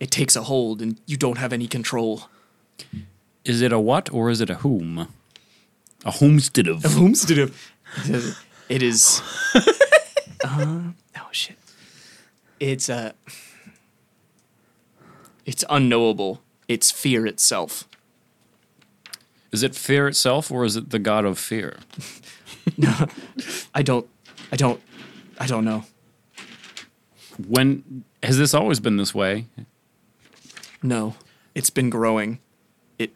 it takes a hold and you don't have any control.
Is it a what or is it a whom? A homestead of.
Of whom's did it? It is. uh, oh shit! It's uh, it's unknowable. It's fear itself.
Is it fear itself or is it the god of fear?
No, I don't. I don't. I don't know.
When has this always been this way?
No, it's been growing. It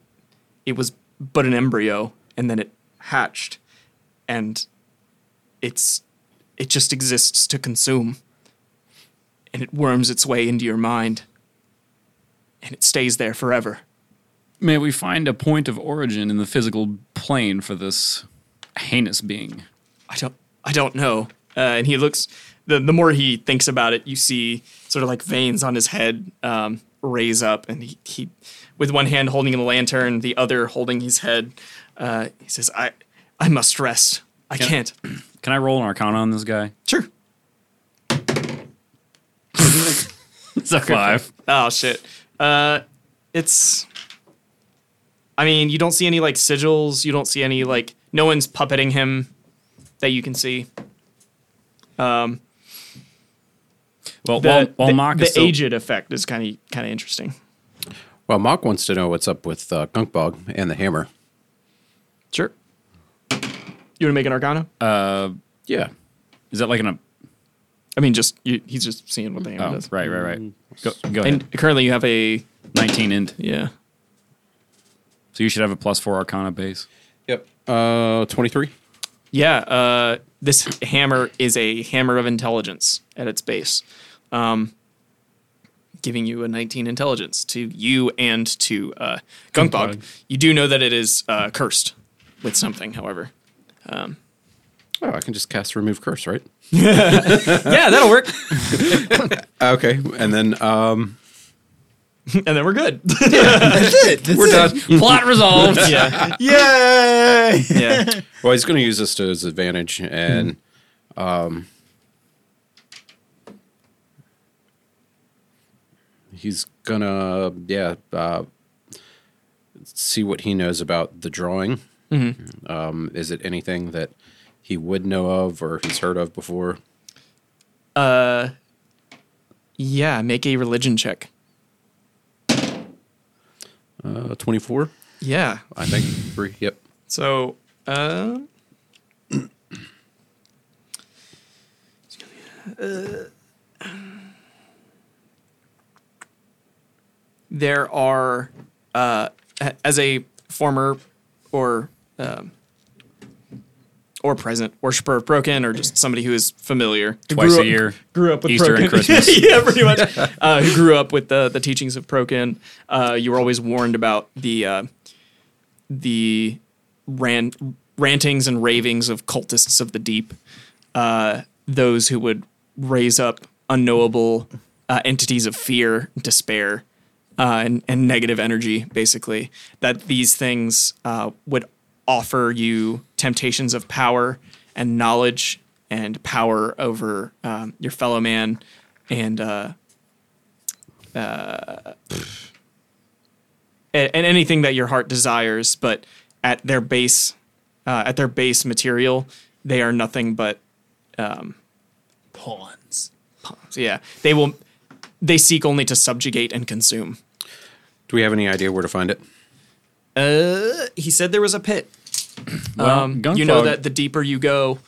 it was but an embryo, and then it hatched, and it's it just exists to consume, and it worms its way into your mind, and it stays there forever.
May we find a point of origin in the physical plane for this heinous being?
I don't I don't know. Uh, and he looks the the more he thinks about it, you see sort of like veins on his head um, raise up, and he, he with one hand holding the lantern, the other holding his head. Uh, he says, "I I must rest. I
Can-
can't."
Can I roll an arcana on this guy?
Sure.
It's a five.
Oh shit. Uh, it's. I mean, you don't see any like sigils. You don't see any like no one's puppeting him that you can see. Um,
Well,
the,
while, while
the-
Mock
the
is still,
aged effect is kind of kind of interesting.
Well, Mock wants to know what's up with uh, Gunkbog and the hammer.
Sure. You want to make an Arcana?
uh,
Yeah.
is that like an?
I mean, just you, he's just seeing what the hammer
Oh,
does.
right, right, right. Go, go ahead.
And currently, you have a
Nineteen int.
yeah.
So you should have a plus four arcana base.
Yep. Uh, 23.
Yeah, uh, this hammer is a hammer of intelligence at its base, um, giving you a 19 intelligence to you and to uh, Gunkbog. You do know that it is uh, cursed with something, however.
Oh, I can just cast remove curse, right?
yeah, that'll work.
Okay. And then um,
and then we're good.
we're done.
Plot resolved.
yeah.
Yay!
Yeah.
Well, he's going to use this to his advantage, and um, he's gonna yeah uh, see what he knows about the drawing. Um, is it anything that he would know of or he's heard of before?
Uh, yeah, make a religion check.
Uh, Twenty four,
Yeah.
I think. Three. Yep.
So, uh, there are, uh, a- as a former or um, or present worshiper of Broken, or just somebody who is familiar, who
Twice
grew
a
up-
year.
grew up with
Easter and
Prokin.
Christmas.
yeah, pretty much. Uh, who grew up with the the teachings of Prokin. Uh, you were always warned about the uh, the rant, rantings and ravings of cultists of the deep, uh, those who would raise up unknowable uh, entities of fear, despair, uh, and, and negative energy, basically, that these things uh, would offer you temptations of power and knowledge and power over um, your fellow man and uh, a- and anything that your heart desires, but at their base, uh, at their base material, they are nothing but
Pawns.
so yeah. They will they seek only to subjugate and consume.
Do we have any idea where to find it?
Uh, he said there was a pit.
Well,
Um,
Gunkbog,
you know that the deeper you go,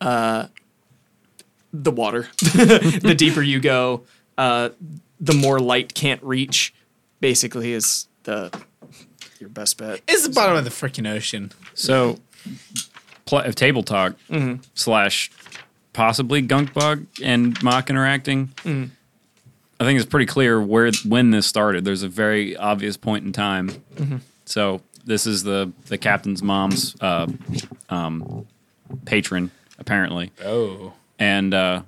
uh, the water, the deeper you go, uh, the more light can't reach. Basically, is the your best bet.
It's the bottom of the freaking ocean.
So pl- of uh, table talk
Mhm.
slash possibly gunk bug and mock interacting.
Mm.
I think it's pretty clear where when this started. There's a very obvious point in time.
Mhm.
So this is the the captain's mom's uh, um, patron apparently.
Oh.
and uh,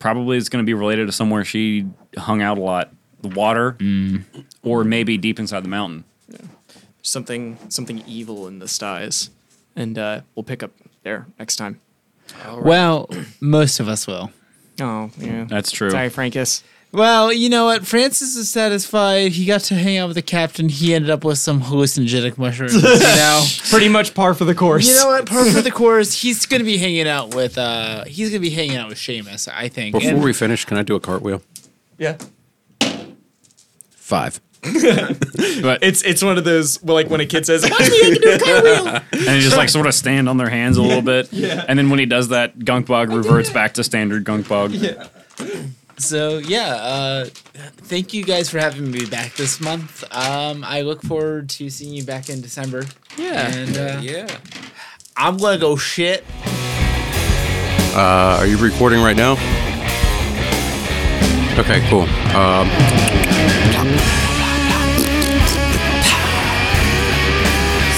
probably it's going to be related to somewhere she hung out a lot, the water, or maybe deep inside the mountain.
something something evil in the skies, and uh, we'll pick up there next time.
Well, most of us will.
Oh, yeah.
That's true.
Sorry, Frankus.
Well, you know what? Francis is satisfied. He got to hang out with the captain. He ended up with some hallucinogenic mushrooms. you know,
pretty much par for the course.
You know what? Par for the course. He's gonna be hanging out with. uh He's gonna be hanging out with Seamus, I think.
Before
And-
we finish, can I do a cartwheel?
Yeah.
Five.
But
it's it's one of those well, like when a kid says,
and they just like sort of stand on their hands a little bit.
Yeah.
And then when he does that, Gunk Bog reverts back to standard Gunk Bog.
Yeah. So yeah, uh, thank you guys for having me back this month. Um, I look forward to seeing you back in December.
Yeah.
And, uh,
yeah.
I'm gonna go shit.
Uh, are you recording right now? Okay, cool. Um,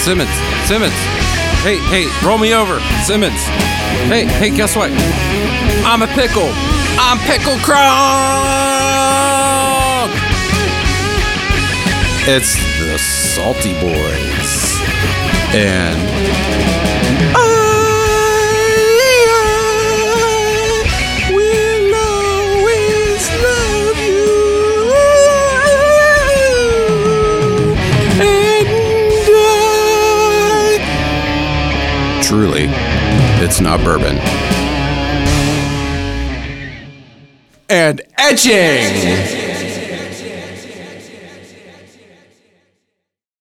Simmons, Simmons. Hey, hey, roll me over, Simmons. Hey, hey, guess what? I'm a pickle. I'm pickle crunk. It's the Salty Boys and. Truly, it's not bourbon. And etching!